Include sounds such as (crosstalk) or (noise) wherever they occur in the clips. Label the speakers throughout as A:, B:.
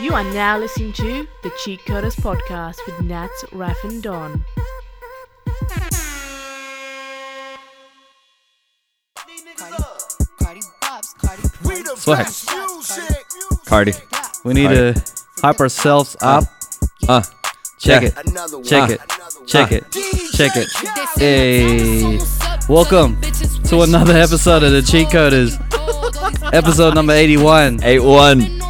A: You are now listening to the Cheat Coders Podcast with Nats, Raf, and Don.
B: Flex.
C: Cardi.
B: We need
C: Alright.
B: to hype ourselves up.
C: Uh,
B: Check
C: Yeah. Uh,
B: it. Check it. Check it. Check it. Hey. Welcome to another episode of the Cheat Coders. episode number 81.
C: 8 1.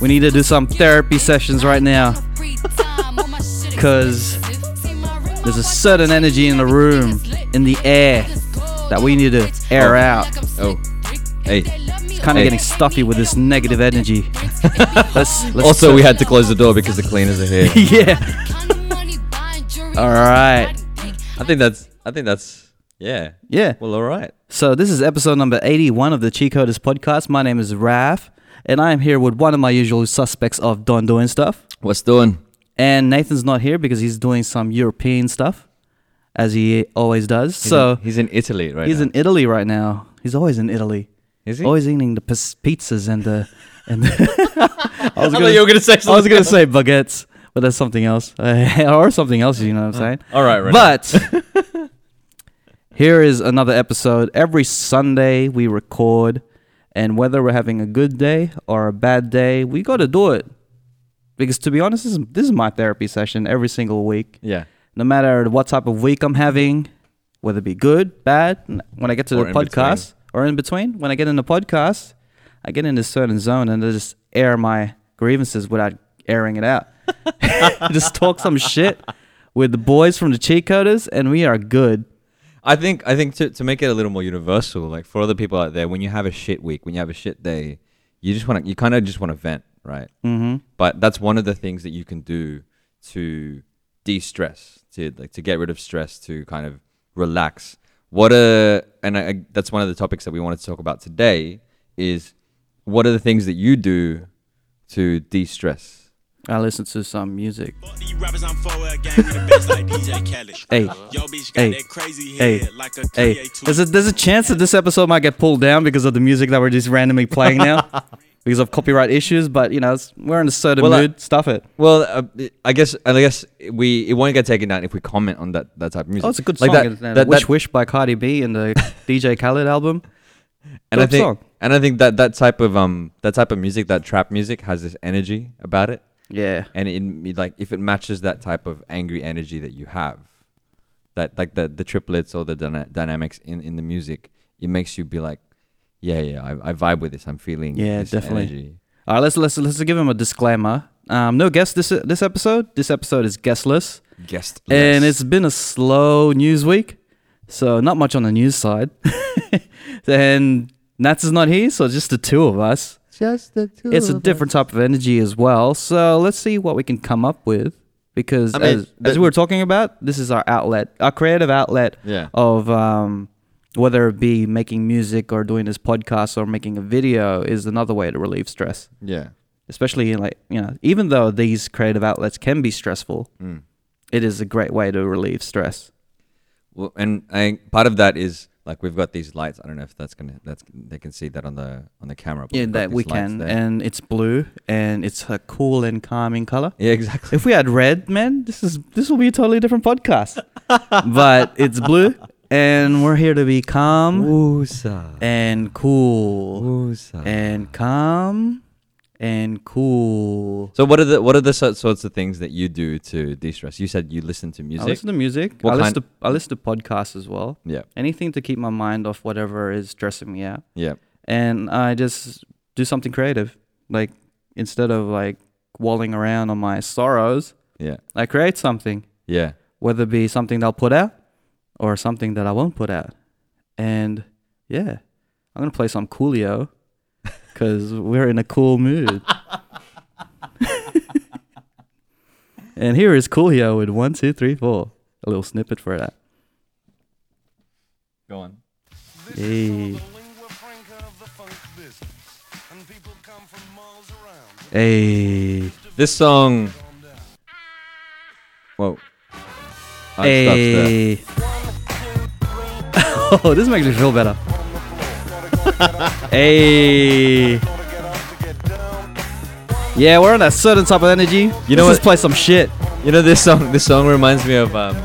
B: We need to do some therapy sessions right now because there's a certain energy in the room, in the air, (laughs) that we need to air
C: Oh.
B: out.
C: Oh. Hey.
B: Kind of
C: Hey.
B: getting stuffy with this negative energy. (laughs) let's, let's
C: (laughs) Also, we had to close the door because the cleaners are here.
B: yeah. (laughs) All right.
C: I think that's. I think that's. Yeah.
B: Yeah.
C: Well, all right.
B: So this is episode number 81 of the Cheat Coders podcast. My name is Raf, and I am here with one of my usual suspects of Don doing stuff.
C: What's doing?
B: And Nathan's not here because he's doing some European stuff, as he always does.
C: He's
B: so
C: in, he's in Oh, Italy right
B: he's
C: now.
B: in Italy right now. He's always in Italy.
C: Is he?
B: Always eating the pis- pizzas and the and the (laughs) I was
C: I thought
B: gonna,
C: you were gonna say
B: I was
C: something (laughs)
B: gonna say baguettes, but that's something else, (laughs) or something else. You know what I'm saying?
C: All right. Right.
B: But (laughs) here is another episode. Every Sunday we record, and whether we're having a good day or a bad day, we got to do it. Because to be honest, this is, this is my therapy session every single week.
C: yeah.
B: No matter what type of week I'm having, whether it be good, bad, n- when I get to
C: Or
B: the
C: in
B: podcast or in between, when I get in the podcast, I get in this certain zone and I just air my grievances without airing it out. (laughs) just talk some shit with the boys from the cheat coders, and we are good.
C: I think I think to, to make it a little more universal, like for other people out there, when you have a shit week, when you have a shit day, you just want to you kind of just want to vent, right? Mm-hmm. But that's one of the things that you can do to de-stress, to like to get rid of stress, to kind of relax. What a and I, I- that's one of the topics that we wanted to talk about today is what are the things that you do to de-stress?
B: I listen to some music.
D: These rappers, I'm for a gang with a bitch like DJ Khaled.
B: Hey,
D: Yo, bitch, got
B: hey,
D: that crazy
B: hey,
D: head like a
B: hey,
D: Kanye
B: there's a there's a chance that this episode might get pulled down because of the music that we're just randomly
C: (laughs)
B: playing now. Because of copyright issues, but you know it's, we're in a certain
C: Well, I-
B: mood. Stuff it.
C: Well, uh, it- I guess I guess we it won't get taken down if we comment on that, that type of music.
B: Oh, it's a good
C: like
B: song.
C: that-
B: isn't it?
C: that-
B: Wish
C: that-
B: Wish by Cardi B and the
C: (laughs)
B: DJ Khaled album.
C: and I
B: Dope
C: think
B: song.
C: and I think that that type of um that type of music, that trap music, has this energy about it,
B: Yeah.
C: and it, it like if it matches that type of angry energy that you have, that like the the triplets or the dyna- dynamics in in the music, it makes you be like, yeah, yeah, I, I vibe with this. I'm feeling
B: Yeah,
C: this
B: definitely.
C: energy.
B: All right, let's let's let's give him a disclaimer. Um, no guest this this episode. This episode is guestless,
C: Guest
B: and
C: list.
B: it's been a slow news week, so not much on the news side. (laughs) and Nats is not here, so just the two of us.
C: just the two.
B: It's a different type of energy as well. So let's see what we can come up with. Because
C: I mean, uh,
B: as, as
C: the-
B: we were talking about, this is our outlet, our creative outlet
C: Yeah.
B: of um, whether it be making music or doing this podcast or making a video is another way to relieve stress.
C: Yeah,
B: Especially in like you know, even though these creative outlets can be stressful, it is a great way to relieve stress.
C: well, and I part of that is. Like we've got these lights. I don't know if that's gonna. That's they can see that on the on the camera. but
B: Yeah,
C: we've got
B: that
C: these
B: we
C: lights
B: can,
C: there.
B: and it's blue, and it's a cool and calming color.
C: yeah, exactly.
B: (laughs) If we had red, man, this is this will be a totally different (laughs) podcast. but it's blue, and we're here to be calm
C: Woosa.
B: and cool,
C: Woosa.
B: and calm and cool.
C: So what are the what are the so- sorts of things that you do to de-stress? You said you listen to music.
B: I listen to music.
C: What
B: I listen to
C: kind-
B: I listen to podcasts as well.
C: yeah,
B: Anything to keep my mind off whatever is stressing me out,
C: yeah,
B: and I just do something creative. Like instead of like walling around on my sorrows,
C: yeah,
B: I create something.
C: yeah.
B: whether it be something that I'll put out or something that I won't put out. And yeah, I'm gonna play some Coolio because we're in a cool mood. and here is Coolio with one, two, three, four. A little snippet for that.
C: Go on.
B: Hey,
E: Hey.
B: hey,
C: This song. Whoa. Oh, it stops there.
B: hey. (laughs) Oh, this makes me feel better. Hey. Yeah, we're on that certain type of energy.
C: You know
B: Let's just
C: what?
B: play some shit.
C: You know this song. This song reminds me of um.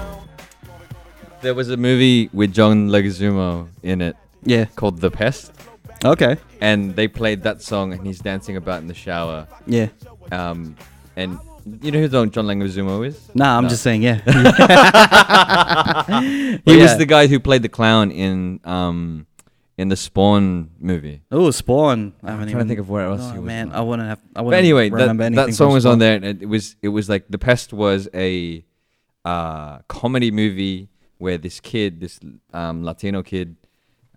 C: There was a movie with John Leguizamo in it
B: Yeah.
C: called The Pest,
B: Okay.
C: and they played that song, and he's dancing about in the shower.
B: Yeah.
C: Um, and you know who John John Leguizamo is?
B: Nah, I'm
C: No.
B: just saying.
C: (laughs)
B: Yeah. (laughs)
C: He
B: Yeah.
C: was the guy who played the clown in um in the Spawn movie.
B: oh, Spawn. I haven't
C: trying to
B: even,
C: think of where else
B: Oh,
C: he was
B: man,
C: on.
B: I wouldn't have. I
C: But
B: wouldn't
C: anyway, that,
B: remember anything
C: that
B: from
C: song was
B: Spawn.
C: on there, and it, it was it was like the Pest was a uh, comedy movie where this kid, this um, Latino kid,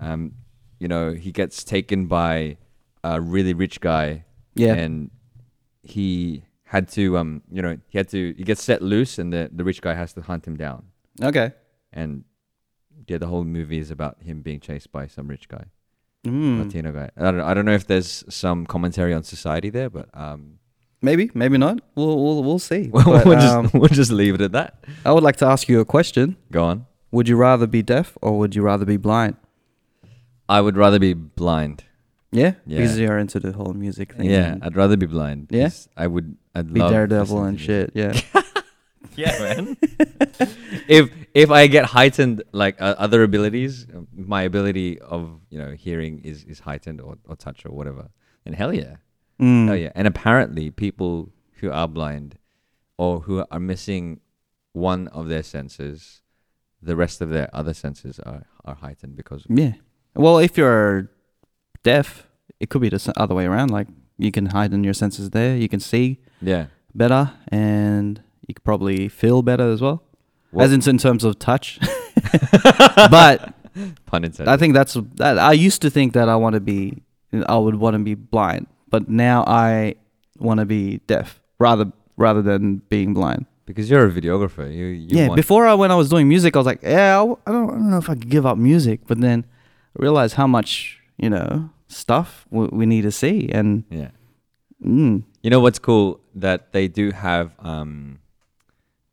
C: um, you know, he gets taken by a really rich guy,
B: Yeah.
C: and he had to um you know he had to he gets set loose, and the the rich guy has to hunt him down,
B: Okay.
C: and yeah, the whole movie is about him being chased by some rich guy.
B: Mm.
C: Latino guy. I don't know. I don't know if there's some commentary on society there, but um, (laughs)
B: Maybe, maybe not. We'll we'll, we'll see.
C: we'll,
B: But,
C: we'll just
B: um,
C: (laughs) we'll just leave it at that.
B: I would like to ask you a question.
C: Go on.
B: Would you rather be deaf or would you rather be blind?
C: I would rather be blind.
B: Yeah,
C: Yeah.
B: because you're into the whole music thing.
C: Yeah,
B: and
C: I'd rather be blind.
B: Yeah?
C: 'cause I would. I'd
B: be
C: love
B: daredevil
C: listening
B: and
C: to
B: shit. Yeah,
C: music. Yeah, (laughs) man. if if I get heightened like uh, other abilities, um, my ability of you know hearing is is heightened or, or touch or whatever. And hell yeah,
B: Mm.
C: hell yeah. And apparently, people who are blind or who are missing one of their senses, the rest of their other senses are are heightened because (laughs) of
B: yeah. Well, if you're deaf, it could be the s- other way around. Like you can heighten your senses there. You can see
C: yeah.
B: better, and you could probably feel better as well.
C: What-
B: As in, in terms of touch.
C: (laughs)
B: (laughs) but
C: Pun intended.
B: I think that's that. I used to think that I want to be, I would want to be blind, but now I want to be deaf rather rather than being blind.
C: because you're a videographer, you, you
B: yeah.
C: want-
B: Before I, when I was doing music, I was like, yeah, I, w- I don't, I don't know if I could give up music, but then I realized how much you know stuff we, we need to see, and
C: yeah.
B: mm,
C: You know what's cool that they do have um,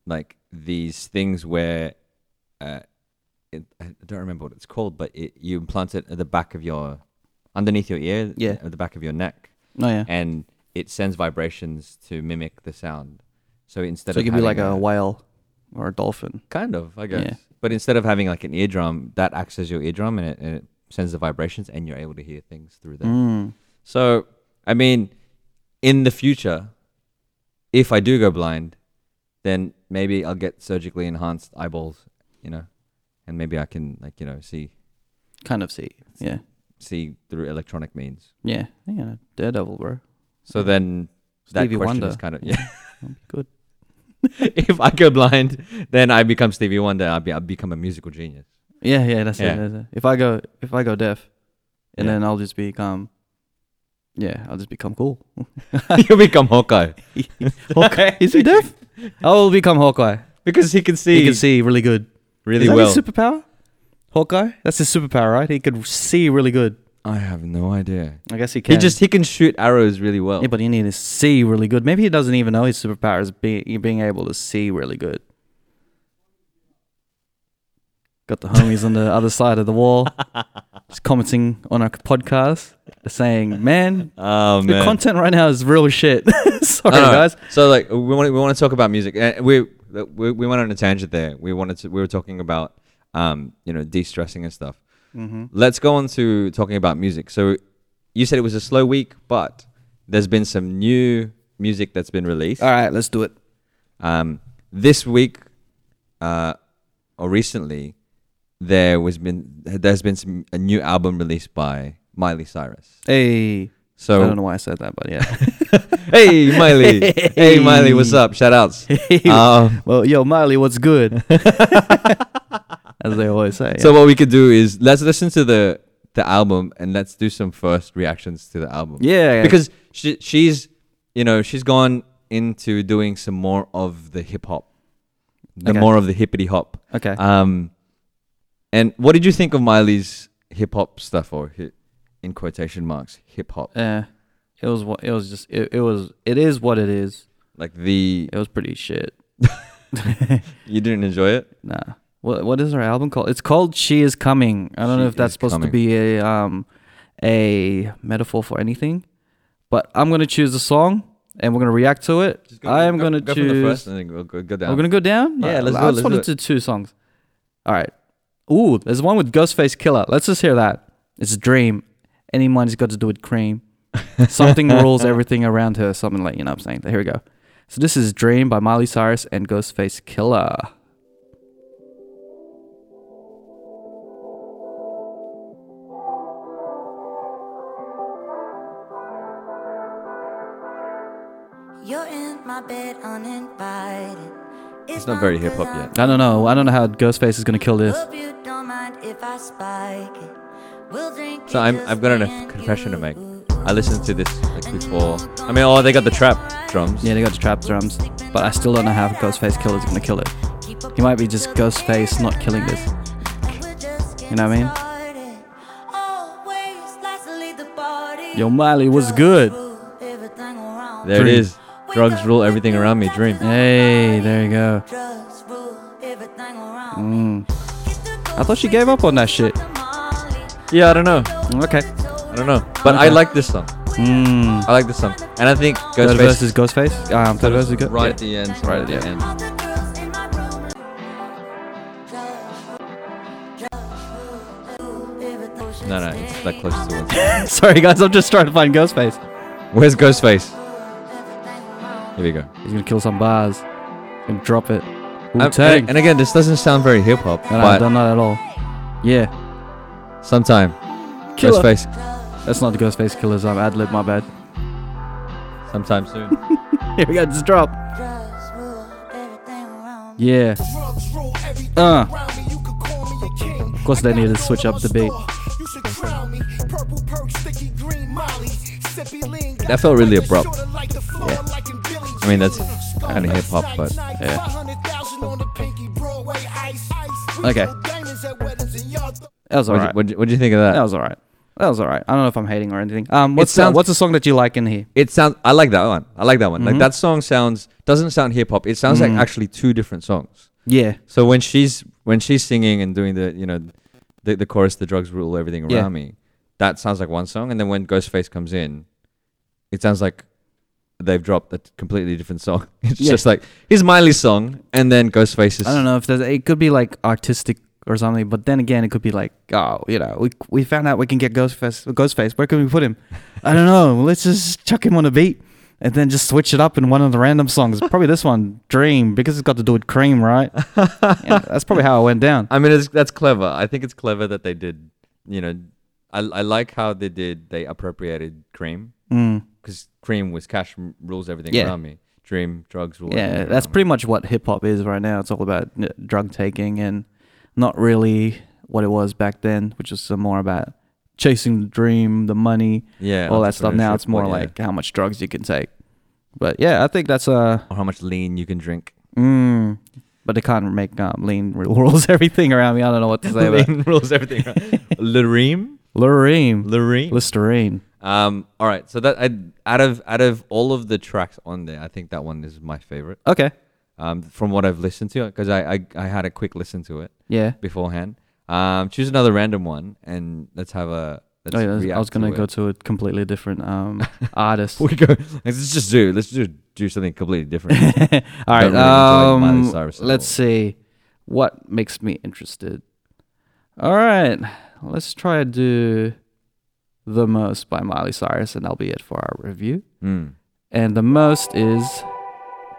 C: like these things where uh, it, I don't remember what it's called, but it, you implant it at the back of your underneath your ear,
B: Yeah.
C: at the back of your neck,
B: oh yeah,
C: and it sends vibrations to mimic the sound. So instead
B: so it
C: of
B: could be
C: having
B: like a whale or a dolphin.
C: kind of, I guess,
B: Yeah.
C: but instead of having like an eardrum, that acts as your eardrum and it, and it sends the vibrations, and you're able to hear things through that.
B: Mm.
C: So, I mean, in the future, if I do go blind, then maybe I'll get surgically enhanced eyeballs, you know, and maybe I can like you know see
B: Kind of see, yeah,
C: see through electronic means.
B: yeah, yeah, Daredevil, bro,
C: So then (laughs) that
B: Stevie
C: question
B: Wonder.
C: is kind of (laughs) yeah.
B: good.
C: if I go blind, then I become Stevie Wonder. I be I become a musical genius. (laughs)
B: Yeah, yeah, that's,
C: Yeah.
B: It, that's it. If I go, if I go deaf, and
C: Yeah.
B: then I'll just become, yeah, I'll just become (laughs) cool.
C: you become Hawkeye (laughs)
B: Hawkeye, (laughs) is he deaf? I will become Hawkeye.
C: because he can see
B: He can see really good.
C: really
B: is that
C: well.
B: his superpower? Hawkeye, that's his superpower, right? He could see really good.
C: I have no idea.
B: I guess he can.
C: He just he can shoot arrows really well.
B: yeah, but you need to see really good. Maybe he doesn't even know his superpower is being being able to see really good. Got the homies on the other side of the (laughs) wall, just commenting on our podcast, saying, "Man,
C: oh
B: The
C: man.
B: content right now is real shit. (laughs) Sorry,
C: No, no, no.
B: guys.
C: So like we want to, we want to talk about music. Uh, we, we we went on a tangent there. We wanted to we were talking about um you know de-stressing and stuff.
B: Mm-hmm.
C: Let's go on to talking about music. So you said it was a slow week, but there's been some new music that's been released.
B: All right, let's do it.
C: Um, this week, uh, or recently, there was been there's been some, a new album released by Miley Cyrus.
B: Hey,
C: So
B: I don't know why I said that, but yeah. (laughs)
C: hey Miley, hey Miley, what's up? Shout outs. um,
B: well, yo, Miley,
C: (laughs)
B: what's good? As they always say.
C: So what we could do is let's listen to the the album and let's do some first reactions to the album.
B: yeah, because
C: Because she she's you know, she's gone into doing some more of the hip hop. The
B: Okay.
C: more of the hippity hop.
B: okay,
C: Um and what did you think of Miley's hip hop stuff or hi- in quotation marks hip hop?
B: yeah, it was what it was. Just it, it was. It is what it is.
C: Like the
B: It was pretty shit.
C: you didn't enjoy it?
B: Nah. What what is her album called? It's called She Is Coming. I don't know
C: She
B: if that's
C: Is
B: supposed
C: Coming.
B: to be a um a metaphor for anything, but I'm gonna choose a song and we're gonna react to it. I am
C: go,
B: gonna
C: go
B: choose.
C: From the first and then we'll go, go down.
B: We're gonna go down.
C: Yeah,
B: Uh,
C: let's
B: I
C: do it,
B: just
C: let's
B: wanted
C: do
B: to two songs. All right. Ooh, there's one with Ghostface Killer. Let's just hear that. It's a dream. Any money's got to do
C: (laughs)
B: with cream. Something rules everything around her. Something like you know what I'm saying. Here we go. So this is Dream by Miley Cyrus and Ghostface Killer.
E: You're in my bed uninvited. It's
C: not very hip hop yet.
B: I don't know. I don't know how Ghostface is gonna kill this.
E: Hope you don't mind if I spike it. We'll drink
C: So
E: it
C: I'm,
E: just
C: I've got
E: me
C: a
E: and
C: confession to make.
E: you.
C: I listened to this like before. I mean, oh, they got the trap drums.
B: Yeah, they got the trap drums, but I still don't know how Ghostface Killer is gonna kill it.
E: Keep up
B: He might be
E: till
B: just
E: the
B: Ghostface not killing this.
E: and we're just
B: You know what I mean?
E: getting started. Always likes to lead the party.
B: Yo, Miley, what's good?
E: Rule everything around
C: There
B: Dream.
C: it is. Drugs rule everything around me. Dream.
B: Hey, there you go.
E: Drugs rule everything around me.
B: Mm.
E: I thought she gave up on that shit.
C: Yeah, I don't know.
B: Okay.
C: I don't know. But I
B: Okay.
C: like this song.
B: Mm.
C: I like this song. And I think
B: Third verse
C: Ghostface
B: is Ghostface. Um, third verse is Ghost-
C: right
B: yeah.
C: at the end.
B: Right at the end.
C: No, no, it's like close to one.
B: (laughs) Sorry, guys, I'm just trying to find Ghostface.
C: Where's Ghostface? Here we go.
B: He's gonna kill some bars and drop it.
C: Um,
B: Wu-Tang.
C: and, and again, this doesn't sound very hip hop,
B: No, no, I
C: but
B: don't know at all. Yeah,
C: sometime
B: Killer.
C: Ghostface,
B: that's not the Ghostface Killers. I'm ad lib. My bad.
C: sometime soon.
B: (laughs) Here we go. Just drop. Yeah. Uh. Of course, they needed to switch up the beat.
C: That felt really abrupt. I mean, that's kind of hip hop, but
B: Okay. That was
C: what
B: alright.
C: do you, what'd you think of that?
B: That was alright. That was alright. I don't know if I'm hating or anything. Um,
C: It
B: what's the,
C: sounds-
B: what's a song that you like in here?
C: it sounds. I like that one. I like that one.
B: Mm-hmm.
C: Like that song sounds doesn't sound hip hop. It sounds
B: Mm.
C: like actually two different songs.
B: Yeah.
C: So when she's when she's singing and doing the you know the, the chorus, the drugs rule everything around
B: Yeah.
C: me. That sounds like one song, and then when Ghostface comes in, it sounds like they've dropped a completely different song. (laughs) It's
B: Yeah.
C: just like here's Miley's song, and then Ghostface is.
B: I don't know if there's. It could be like artistic or something, but then again, it could be like, oh, you know, we we found out we can get Ghostface. Ghostface, where can we put him? (laughs) I don't know. Let's just chuck him on a beat and then just switch it up in one of the random (laughs) songs. Probably this one, Dream, because it's got to do with cream, (laughs) right? Yeah, that's probably how it went down.
C: I mean, it's, that's clever. I think it's clever that they did. You know, I I like how they did. They appropriated cream because cream was cash m- rules everything
B: Mm. Yeah.
C: around me. Dream drugs rules.
B: Yeah,
C: everything
B: that's
C: around me.
B: pretty much what hip hop is right now. It's all about uh, drug taking and not really what it was back then, which was some more about chasing the dream, the money,
C: Yeah,
B: all that stuff. Now it's
C: entrepreneurship,
B: more
C: but yeah.
B: like how much drugs you can take. But yeah, I think that's uh
C: Or how much lean you can drink.
B: Mm, but they can't make um, lean (laughs) rules everything around me. I don't know what to say (laughs) about
C: lean rules everything. around. Lareem,
B: Lorraine.
C: Lareem.
B: Listerine.
C: Um. All right. So that I, out of out of all of the tracks on there, I think that one is my favorite.
B: Okay.
C: Um, from what I've listened to, because I, I I had a quick listen to it.
B: Yeah.
C: beforehand. Um, choose another random one, and let's have a. Let's
B: Oh, yeah, I was- I
C: react
B: was gonna
C: it.
B: go to a completely different
C: (laughs)
B: um artist. All
C: We go. Let's just do. Let's just do something completely different.
B: (laughs) right.
C: really enjoy Miley
B: Um,
C: Cyrus at
B: let's
C: all.
B: see what makes me interested. All right, let's try to do the most by Miley Cyrus, and that'll be it for our review.
C: mm.
B: And the most is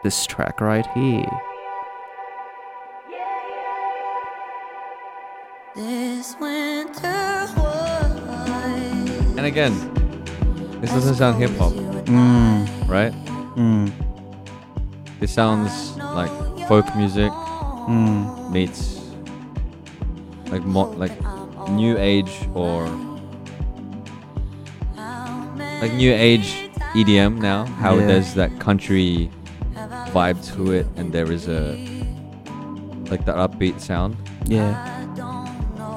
B: this track right here.
E: This winter was
C: And again, this doesn't sound hip hop, right?
B: Mm,
C: This sounds like folk music
B: mm,
C: meets like mo- like new age or like new age EDM now. How
B: Yeah.
C: there's that country vibe to it, and there is a like that upbeat sound.
B: yeah.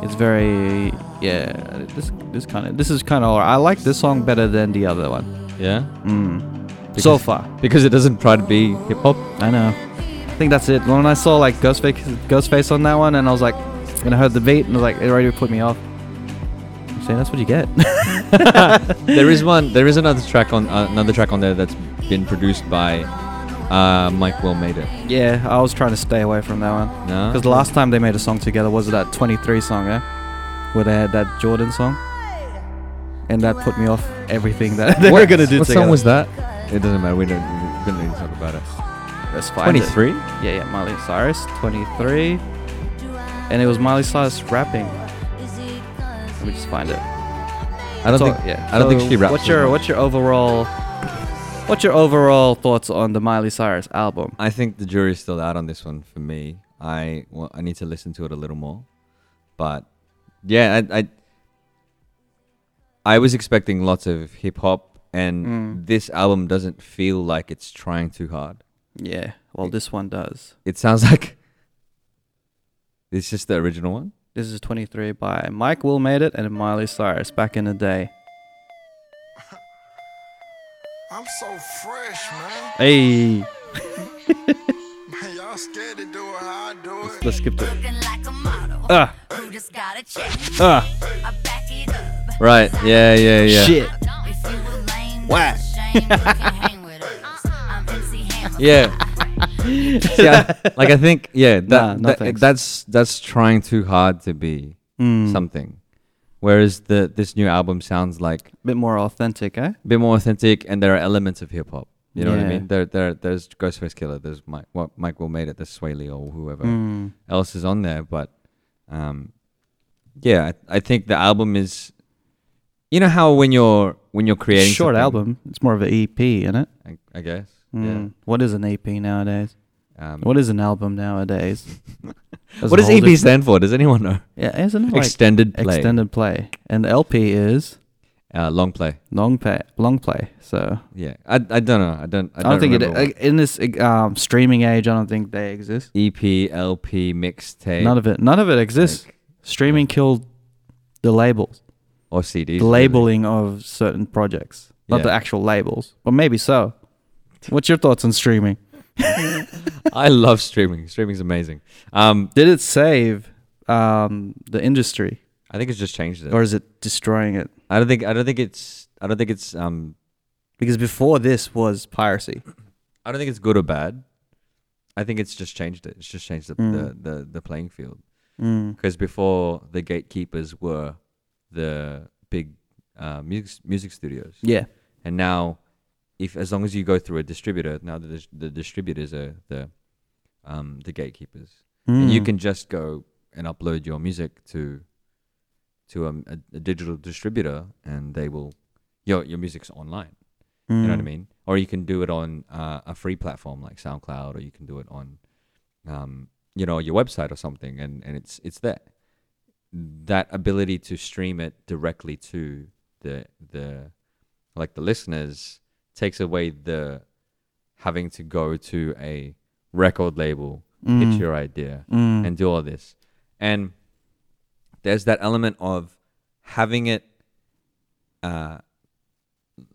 B: It's very yeah. This this kind of this is kind of. I like this song better than the other one.
C: Yeah.
B: so
C: Because-
B: far,
C: because it doesn't try to be hip hop.
B: I know. I think that's it. When I saw like Ghostface Ghostface on that one, and I was like, and I heard the beat, and I was like, it already put me off. See, that's what you get. (laughs)
C: there is one. There is another track on uh, another track on there that's been produced by uh, Mike Will Made It.
B: yeah, I was trying to stay away from that one.
C: No,
B: Because the last time they made a song together was that 23 song, yeah? Where they had that Jordan song. And that put me off everything that (laughs) they were going to do
C: What
B: together.
C: song was that? It doesn't matter. We don't. We don't need to talk about it.
B: Let's find it.
C: 23.
B: Yeah, yeah, Miley Cyrus, 23. And it was Miley Cyrus rapping. Let me just find it.
C: I don't think. Yeah. I don't think she raps.
B: What's
C: as
B: your
C: much.
B: What's your overall What's your overall thoughts on the Miley Cyrus album?
C: I think the jury's still out on this one for me. I well, I need to listen to it a little more, but yeah, I I, I was expecting lots of hip hop, and
B: Mm.
C: this album doesn't feel like it's trying too hard.
B: Yeah, well, this one does.
C: It sounds (laughs) like it's just the original one.
B: This is 23 by Mike Will made it and Miley Cyrus back in the day.
F: I'm so fresh, man. (laughs)
B: Hey,
F: Man, y'all scared to do it how I do it.
B: let's skip to
E: Looking like a model.
B: Ah.
E: Who just got a check?
B: ah
E: I back it
B: Uh.
E: up.
C: Right? Yeah, yeah, yeah.
B: shit.
E: If you were lame,
B: Whack.
E: it's a shame you
B: (laughs)
E: can hang with us. I'm MC Hammer.
C: Yeah. See, I- like I think yeah, that,
B: Nah, no
C: that-
B: thanks. Mm.
C: that's that's trying too hard to be something. Whereas the this new album sounds like
B: Bit more authentic, eh?
C: a bit more authentic, and there are elements of hip hop. You know what I
B: Yeah.
C: mean? There, there, there's Ghostface Killer. There's Mike, what Mike Will made it. There's Swaley or whoever
B: Hmm.
C: else is on there. But, um, yeah, I, I think the album is. You know how when you're when you're creating
B: Short
C: something-
B: album. It's more of an EP, isn't it?
C: I, I guess.
B: Mm. What is an EP nowadays?
C: Yeah. Um,
B: What E is an album nowadays?
C: (laughs) what does EP stand for? Does anyone know?
B: Yeah, isn't it like
C: extended play.
B: extended play? And LP is
C: Uh, long play.
B: long play, long play. So
C: Yeah, I, I don't know. I don't. I
B: I
C: don't,
B: don't, think it,
C: remember what- E
B: uh, in this uh, um, streaming age. I don't think they exist.
C: EP, LP, mixtape,
B: None of it. None of it exists. streaming killed the labels,
C: or CDs.
B: the
C: really.
B: labeling of certain projects, not the
C: Yeah.
B: actual labels. But maybe (laughs) so. What's your thoughts on streaming?
C: (laughs) I love streaming. Streaming's amazing. Um,
B: Did it save um, the industry,
C: I think it's just changed it.
B: or is it destroying it?
C: I don't think. I don't think it's. I don't think it's. Um,
B: Because before this was piracy.
C: I don't think it's good or bad. I think it's just changed it. It's just changed the the, the, the playing field. Because before the gatekeepers were the big uh, music music studios.
B: Yeah.
C: And now, if as long as you go through a distributor, now the dis- the distributors are the um, the gatekeepers, and you can just go and upload your music to to um, a, a digital distributor, and they will your your music's online. You know what I mean? Or you can do it on uh, a free platform like SoundCloud, or you can do it on um, you know your website or something, and and it's it's there. That ability to stream it directly to the the like the listeners takes away the having to go to a record label pitch your idea and do all this and there's that element of having it uh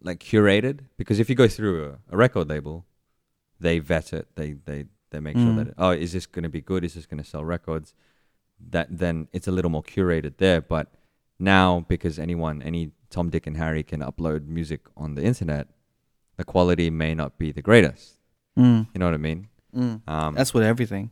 C: like curated because if you go through a, a record label they vet it they they they make sure that oh is this going to be good is this going to sell records that then it's a little more curated there. But now, because anyone, any Tom, Dick, and Harry can upload music on the internet, the quality may not be the greatest.
B: Mm.
C: You know what I mean? Um,
B: That's with everything.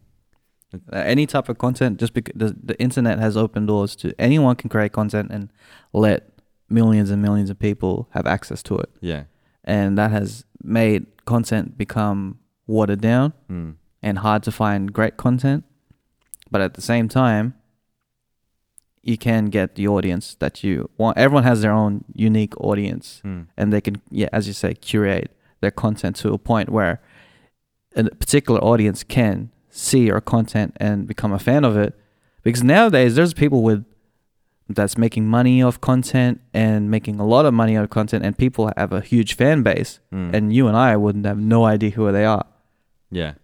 B: Uh, any type of content, just because the, the internet has open doors to anyone can create content and let millions and millions of people have access to it,
C: yeah,
B: and that has made content become watered down
C: Mm.
B: and hard to find great content. But at the same time, you can get the audience that you want. Everyone has their own unique audience, and they can, yeah, as you say, curate their content to a point where a particular audience can see your content and become a fan of it. Because nowadays, there's people with that's making money off content and making a lot of money off content, and people have a huge fan base, and you and I wouldn't have no idea who they are
C: yeah,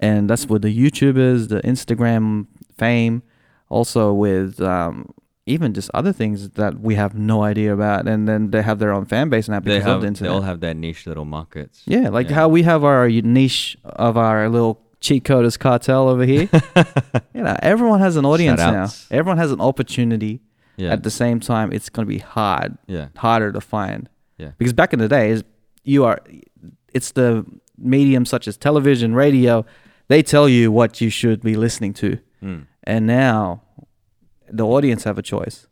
B: and that's with the YouTubers, the Instagram fame, also with um, even just other things that we have no idea about, and then they have their own fan base now
C: they
B: because of
C: have
B: the
C: they
B: internet.
C: all have their niche little markets.
B: yeah, like how we have our niche of our little cheat
C: (laughs)
B: coders cartel over here. you know, everyone has an audience now.
C: Shoutouts.
B: Everyone has an opportunity
C: Yeah.
B: At the same time, it's gonna be hard,
C: Yeah.
B: harder to find.
C: Yeah.
B: Because back in the days, you are, it's the medium such as television, radio. They tell you what you should be listening to,
C: Hmm.
B: and now the audience have a choice.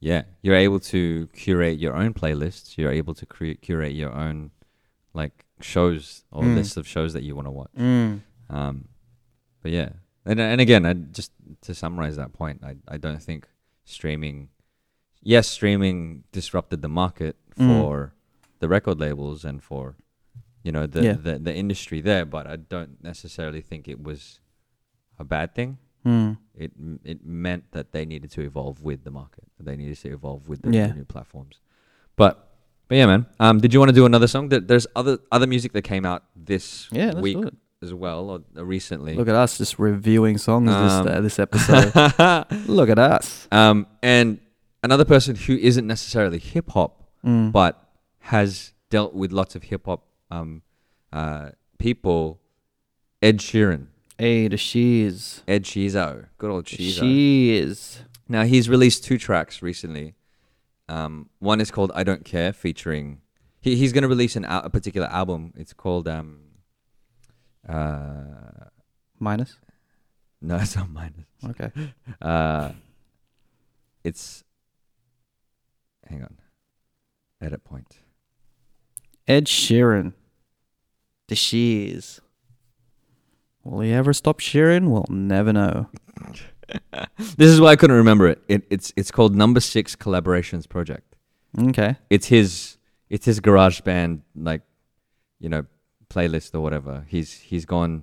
C: Yeah, you're able to curate your own playlists. You're able to cre- curate your own like shows or
B: Mm.
C: lists of shows that you want to watch. Um, but yeah, and and again, I just to summarize that point, I I don't think streaming, yes, streaming disrupted the market for the record labels and for you know the,
B: Yeah.
C: the the industry there, but I don't necessarily think it was a bad thing
B: Mm.
C: it m- it meant that they needed to evolve with the market. that They needed to evolve with the, the
B: Yeah.
C: new platforms. But but yeah, man. Um, did you want to do another song? There- There's other other music that came out this
B: Yeah, let's
C: week
B: do it.
C: as well or uh, recently.
B: Look at us just reviewing songs
C: Um,
B: this uh,
C: (laughs)
B: this episode. Look at us.
C: um, and another person who isn't necessarily hip hop,
B: Mm.
C: but has dealt with lots of hip hop um, uh, people. Ed Sheeran,
B: Hey, the she's
C: Ed Sheezo, good old Sheezo.
B: she's
C: Now he's released two tracks recently. Um, one is called "I Don't Care," featuring he, he's going to release an, al- a particular album. It's called um, uh,
B: minus.
C: no, (laughs) it's not mine.
B: Okay.
C: Uh, it's hang on, edit point.
B: Ed Sheeran. The she's. Will he ever stop Sheeran? We'll never know.
C: This is why I couldn't remember it. it it's it's called Number Six Collaborations Project.
B: Okay.
C: it's his it's his garage band like you know playlist or whatever he's he's gone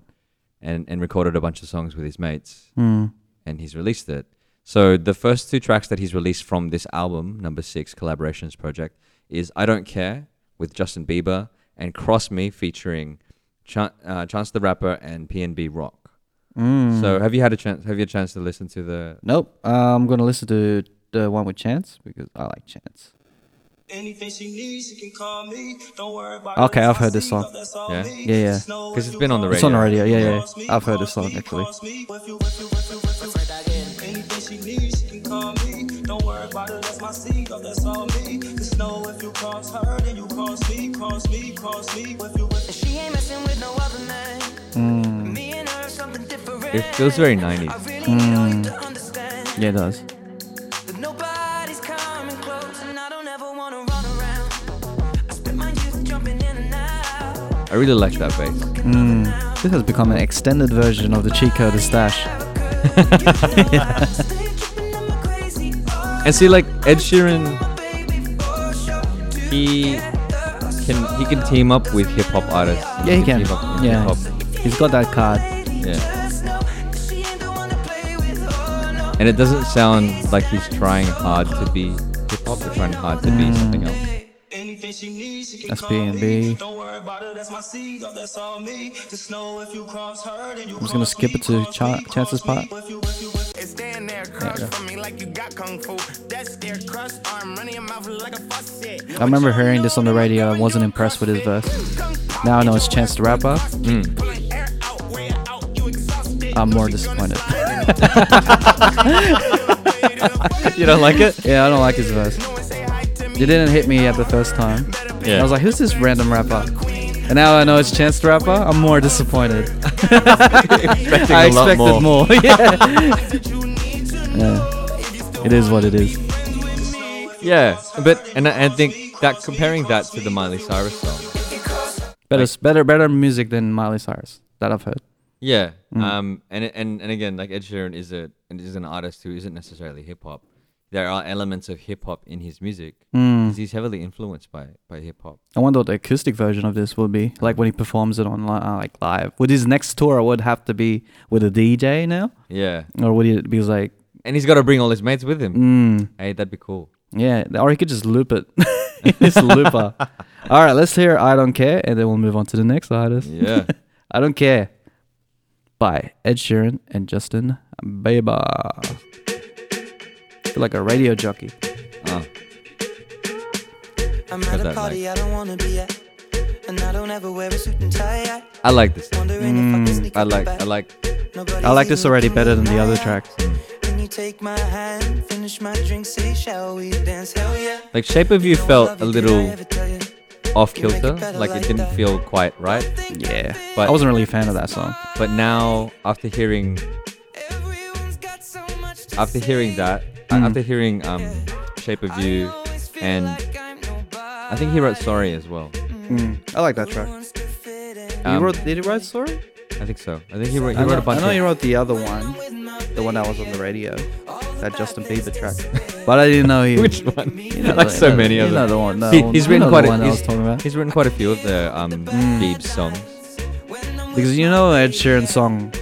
C: and and recorded a bunch of songs with his mates and he's released it so the first two tracks that he's released from this album number six collaborations project is i don't care with justin bieber and cross me featuring Chan uh, chance the rapper and pnb rock so have you had a chance have you had a chance to listen to the
B: Nope. Uh, I'm gonna listen to the one with Chance because I like Chance.
G: Anything she needs, she can call me. Don't worry about
B: Okay,
G: it.
B: I've heard this song.
C: Yeah?
B: Yeah, yeah.
G: Because
C: it's been on the
B: It's on the
C: Radio.
B: radio. Yeah, yeah. yeah. I've heard this song actually.
G: Anything she needs, she can call me. Don't worry about it, that's my seed, oh, that's all me. Just know if you cross her, then you cross me, cross me, cross me. If you, if
H: She ain't messing with no other man. Me and her, something different.
C: it feels very 90s
H: I really need all you to understand.
B: Yeah, it does.
H: That nobody's coming close, and I don't ever wanna run around. I spend my youth jumping in and out.
C: i really like that bass
B: This has become an extended version of the Cheat Code Stash.
H: Stay tripping, I'm a crazy oh,
C: and see like ed sheeran
H: baby, for sure. Do
C: he can he can team up with hip hop artists.
B: Yeah, he can.
C: team up with
B: Yeah,
C: hip-hop.
B: he's got that card.
C: yeah.
H: just know that she ain't the one to play with. Oh, no.
C: And it doesn't sound like he's trying hard to be hip hop. They're trying hard to
B: Mm.
C: be something else.
G: anything she needs, she can
B: That's
G: call
B: B&B.
G: me. Don't worry about it, that's my seed, oh, that's all me. Just know if you cross her, then you
B: I'm just gonna skip it to Cha- Chance's part.
I: It's stand there, crush for me like you got kung fu. That's their crush arm, running your mouth like a faucet.
B: I remember hearing this on the radio. I wasn't impressed with his verse. Now I know it's Chance the Rapper.
C: Hmm.
I: Pulling air out, way out, you exhausted.
B: I'm more disappointed.
C: You don't like it?
B: Yeah, I don't like his verse. It didn't hit me at the first time.
C: Yeah.
B: I was like, who's this random rapper? And now I know it's Chance the Rapper. I'm more disappointed. (laughs)
C: expecting
B: I
C: a lot
B: expected
C: more.
B: more. (laughs) yeah. yeah. It is what it is.
C: Yeah, but and I, I think that comparing that to the Miley Cyrus song.
B: Better, better, better music than Miley Cyrus that I've heard.
C: Yeah.
B: Mm.
C: Um. And it- and and again, like Ed Sheeran is a and is an artist who isn't necessarily hip hop. There are elements of hip hop in his music
B: Mm.
C: because he's heavily influenced by by hip hop.
B: I wonder what the acoustic version of this would be like when he performs it on li- uh, like live. Would his next tour would have to be with a DJ now,
C: Yeah.
B: or would it be like
C: And he's got to bring all his mates with him.
B: Mm.
C: Hey, that'd be cool.
B: Yeah, th- or he could just loop it. (laughs) it's a (laughs) looper. All right, let's hear I Don't Care and then we'll move on to the next artist.
C: Yeah.
B: I Don't Care by Ed Sheeran and Justin Bieber. Feel like a radio jockey.
H: I'm
C: Got
H: at a
C: that
H: party I don't wanna be at, and I don't ever wear a suit and tie. I
C: I like this.
H: Wondering if I can sneak
C: Hmm, I
H: up the
C: like.
H: back.
C: I like.
H: Nobody's
B: I like this
H: even
B: already
H: looking
B: better than
H: in
B: the
H: my
B: other
H: eye.
B: tracks.
H: Can you take my hand? Then finish my drink, say, shall we dance? Hell yeah.
C: Like Shape of You felt a little off
H: You make it
C: kilter,
H: better
C: like it
H: like
C: didn't
H: that.
C: feel quite right.
B: Yeah.
C: But-
B: I wasn't really a fan of that song.
C: But now, after hearing after hearing that, uh,
B: Mm.
C: after hearing um, Shape of You, and I think he wrote Sorry as well.
B: I like that track.
C: Um,
B: you wrote, did he write Sorry?
C: I think so. I think he wrote, he
B: I know,
C: wrote a bunch
B: I know
C: of.
B: you wrote the other one, the one that was on the radio, that Justin Bieber track. But I didn't (laughs) know
C: (laughs)
B: you.
C: Which one?
B: You know
C: like
B: the-
C: so
B: you
C: many
B: know,
C: of
B: You know
C: them.
B: the one. No,
C: He- he's written quite
B: the
C: a,
B: one I was
C: he's,
B: talking about.
C: he's written quite a few of the um,
B: Mm.
C: Biebs songs.
B: Because you know Ed Sheeran's song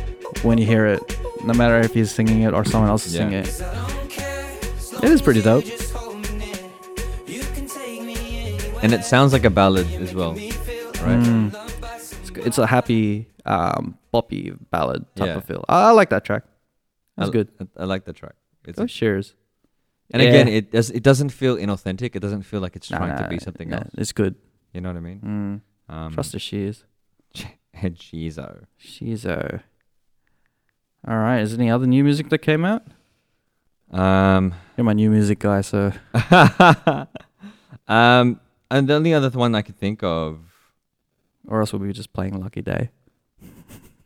B: when you hear it, no matter if he's singing it or someone else is
C: Yeah.
B: singing it. It is pretty dope.
C: And it sounds like a ballad as well, right?
B: Mm. It's, g- it's a happy, um, boppy ballad type
C: Yeah.
B: of feel. I, I like that track. That's
C: I-
B: good. Oh,
C: I, I like the track. It's
B: Go Shears.
C: and again, it does. It doesn't feel inauthentic. It doesn't feel like it's
B: Nah,
C: trying
B: nah,
C: to be something
B: nah,
C: else.
B: It's good.
C: You know what I mean?
B: Mm.
C: Um,
B: Trust the Shears.
C: and Jizo.
B: She's a. uh, All right. Is there any other new music that came out?
C: Um, (laughs)
B: You're my new music guy, so
C: um, and the only other th- one I could think of,
B: or else we'll be just playing Lucky Day.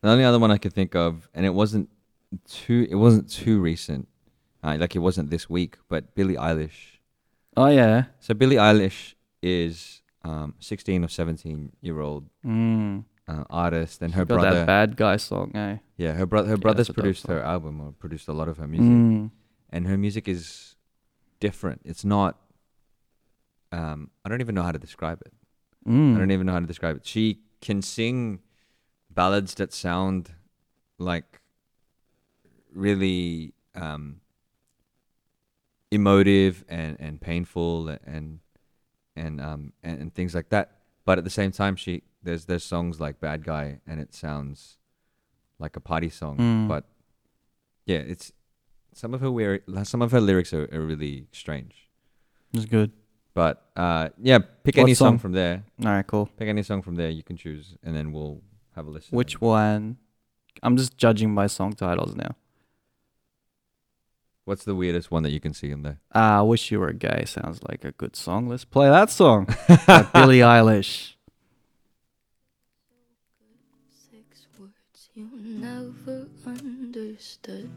C: the only other one I could think of, and it wasn't too, it wasn't too recent, uh, like it wasn't this week, but Billie Eilish.
B: Oh yeah.
C: So Billie Eilish is um 16 or 17 year old
B: Mm.
C: uh, artist, and her
B: Got that
C: brother,
B: bad guy song, eh?
C: yeah, her brother, her
B: that's
C: brother's
B: a dope
C: produced
B: song.
C: her album or produced a lot of her music,
B: Mm.
C: and her music is different. It's not. Um, I don't even know how to describe it. I
B: Mm.
C: don't even know how to describe it. She can sing ballads that sound like really um, emotive and, and painful and and um and, and things like that. But at the same time, she there's there's songs like Bad Guy and it sounds like a party song.
B: Mm.
C: But yeah, it's some of her weir- some of her lyrics are, are really strange.
B: It's good.
C: But uh, yeah, pick
B: What
C: any
B: song?
C: song from there.
B: All right, cool.
C: Pick any song from there you can choose, and then we'll have a listen.
B: Which
C: one?
B: one? I'm just judging by song titles now.
C: What's the weirdest one that you can see in there?
B: Ah, I wish you were gay sounds like a good song. Let's play that song. by Billie Eilish.
J: Six words you never understood.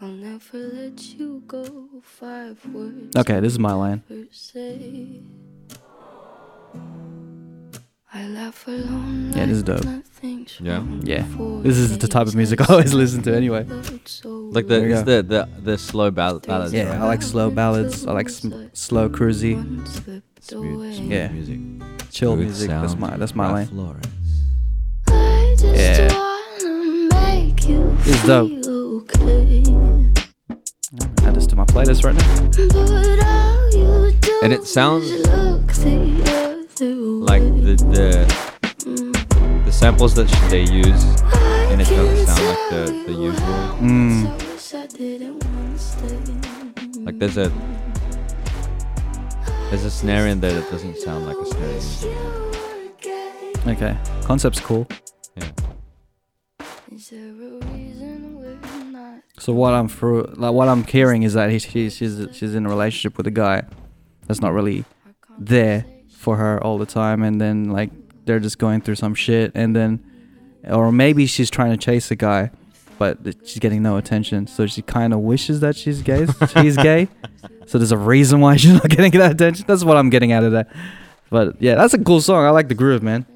J: I'll never let you go. Five words.
B: Okay, this is my line.
J: I'll never say. I laugh alone.
B: Yeah, this is
J: like
B: dope.
J: nothing's
C: Yeah.
J: wrong
B: Yeah.
J: before
B: This is the type of
J: days
B: music
J: I
B: I always listen to anyway.
J: felt so
C: Like the
B: There you
C: it's
B: go.
C: the, the the slow ball- ballads,
B: Yeah, I
C: right?
B: like slow ballads. I like sm- slow cruisy,
J: one slipped
C: Smooth,
J: away.
C: smooth
B: Yeah.
C: music.
B: chill
C: Smooth
B: music. That's
C: sound,
B: my that's my
C: Ralph
B: lane.
C: Lauren.
J: I just
B: Yeah.
J: wanna make you
B: It's dope.
J: feel okay.
B: Add this to my playlist right now.
C: And it sounds Like the the,
J: Mm,
C: the samples that sh- they use, and it doesn't sound like the the usual.
B: Mm.
C: Like there's a there's a snare in there that doesn't sound like a snare. usually.
B: Okay, concept's cool.
C: Yeah.
B: So what I'm through, like what I'm hearing is that he, she, she's she's in a relationship with a guy that's not really there for her all the time, and then like they're just going through some shit, and then or maybe she's trying to chase a guy, but th- she's getting no attention, so she kind of wishes that she's gay. she's gay, so there's a reason why she's not getting that attention. That's what I'm getting out of that. But yeah, that's a cool song. I like the groove, man.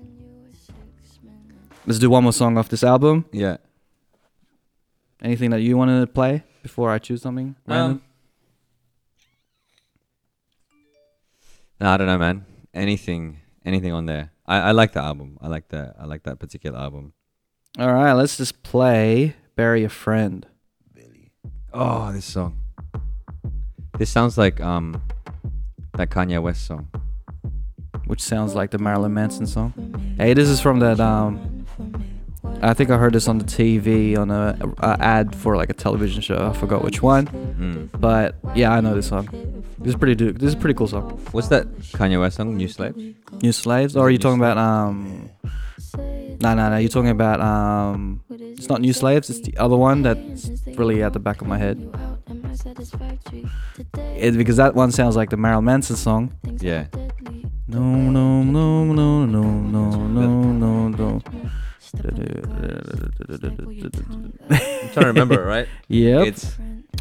B: Let's do one more song off this album.
C: Yeah.
B: Anything that you want to play before I choose something? random?
C: Um, no, I don't know, man. Anything, anything on there. I, I like the album. I like that. I like that particular album.
B: All right, let's just play "Bury a Friend."
C: Oh, this song. This sounds like um, that Kanye West song.
B: which sounds like the Marilyn Manson song. Hey, this is from that. Um, I think I heard this on the TV on a, a ad for like a television show. I forgot which one,
C: Mm.
B: but yeah, I know this song. This is pretty. Du- this is a pretty cool song.
C: What's that Kanye West song? New Slave.
B: New Slaves, or are you talking about um? No, no, no. You're talking about um. It's not New Slaves. It's the other one that's really at the back of my head.
J: satisfactory. Today
B: It, because that one sounds like the Marilyn Manson song.
C: Yeah.
B: No, no, no, no, no, no, no, no, no. (laughs)
C: I'm trying to remember, it, right? (laughs)
B: Yep.
C: It's.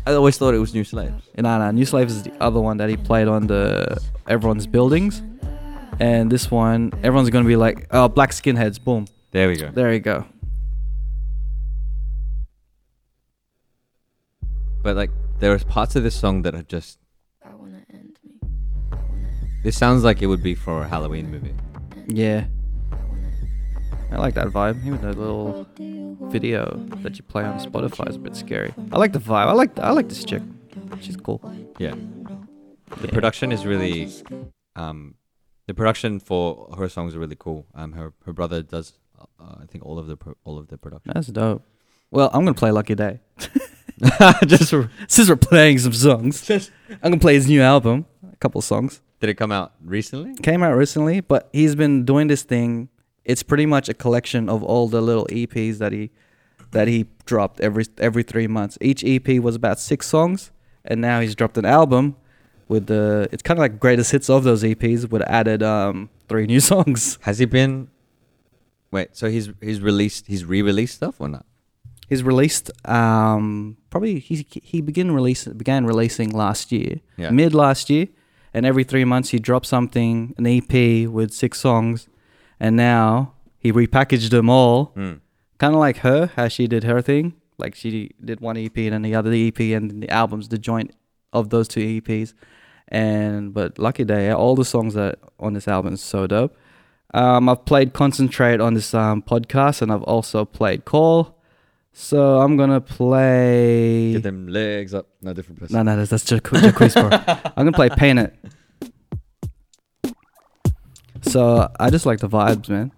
C: I always thought it was New Slaves.
B: Nah, nah. New Slaves is the other one that he played on the everyone's buildings, and this one everyone's gonna be like, oh, black skinheads. Boom.
C: There we go.
B: There you go.
C: But like, there is parts of this song that are just.
J: I wanna end me.
C: This sounds like it would be for a Halloween movie.
B: Yeah. I like that vibe. Even the little video that you play on Spotify is a bit scary. I like the vibe. I like I like this chick. She's cool.
C: Yeah. The
B: Yeah.
C: production is really, um, the production for her songs are really cool. Um, her her brother does, uh, I think all of the pro- all of the production.
B: That's dope. Well, I'm gonna play Lucky Day. (laughs)
C: Just r-
B: Since we're playing some songs, I'm gonna play his new album. A couple songs.
C: did it come out recently?
B: Came out recently, but he's been doing this thing. It's pretty much a collection of all the little EPs that he that he dropped every every three months. Each EP was about six songs, and now he's dropped an album with the. It's kind of like greatest hits of those EPs with added um three new (laughs) songs.
C: Has he been? Wait, so he's he's released he's re-released stuff or not?
B: He's released um probably he he began release began releasing last year,
C: Yeah.
B: mid last year, and every three months he dropped something an EP with six songs, and now he repackaged them all, kind of like her how she did her thing, like she did one EP and then the other EP and then the albums the joint of those two E EPs, and but Lucky Day all the songs that on this album is so dope. Um, I've played Concentrate on this um, podcast, and I've also played Call. So I'm gonna play.
C: Get them legs up. No different person.
B: No, no, that's, that's just
C: (laughs)
B: quiz part. I'm gonna play Paint It. So I just like the vibes, man.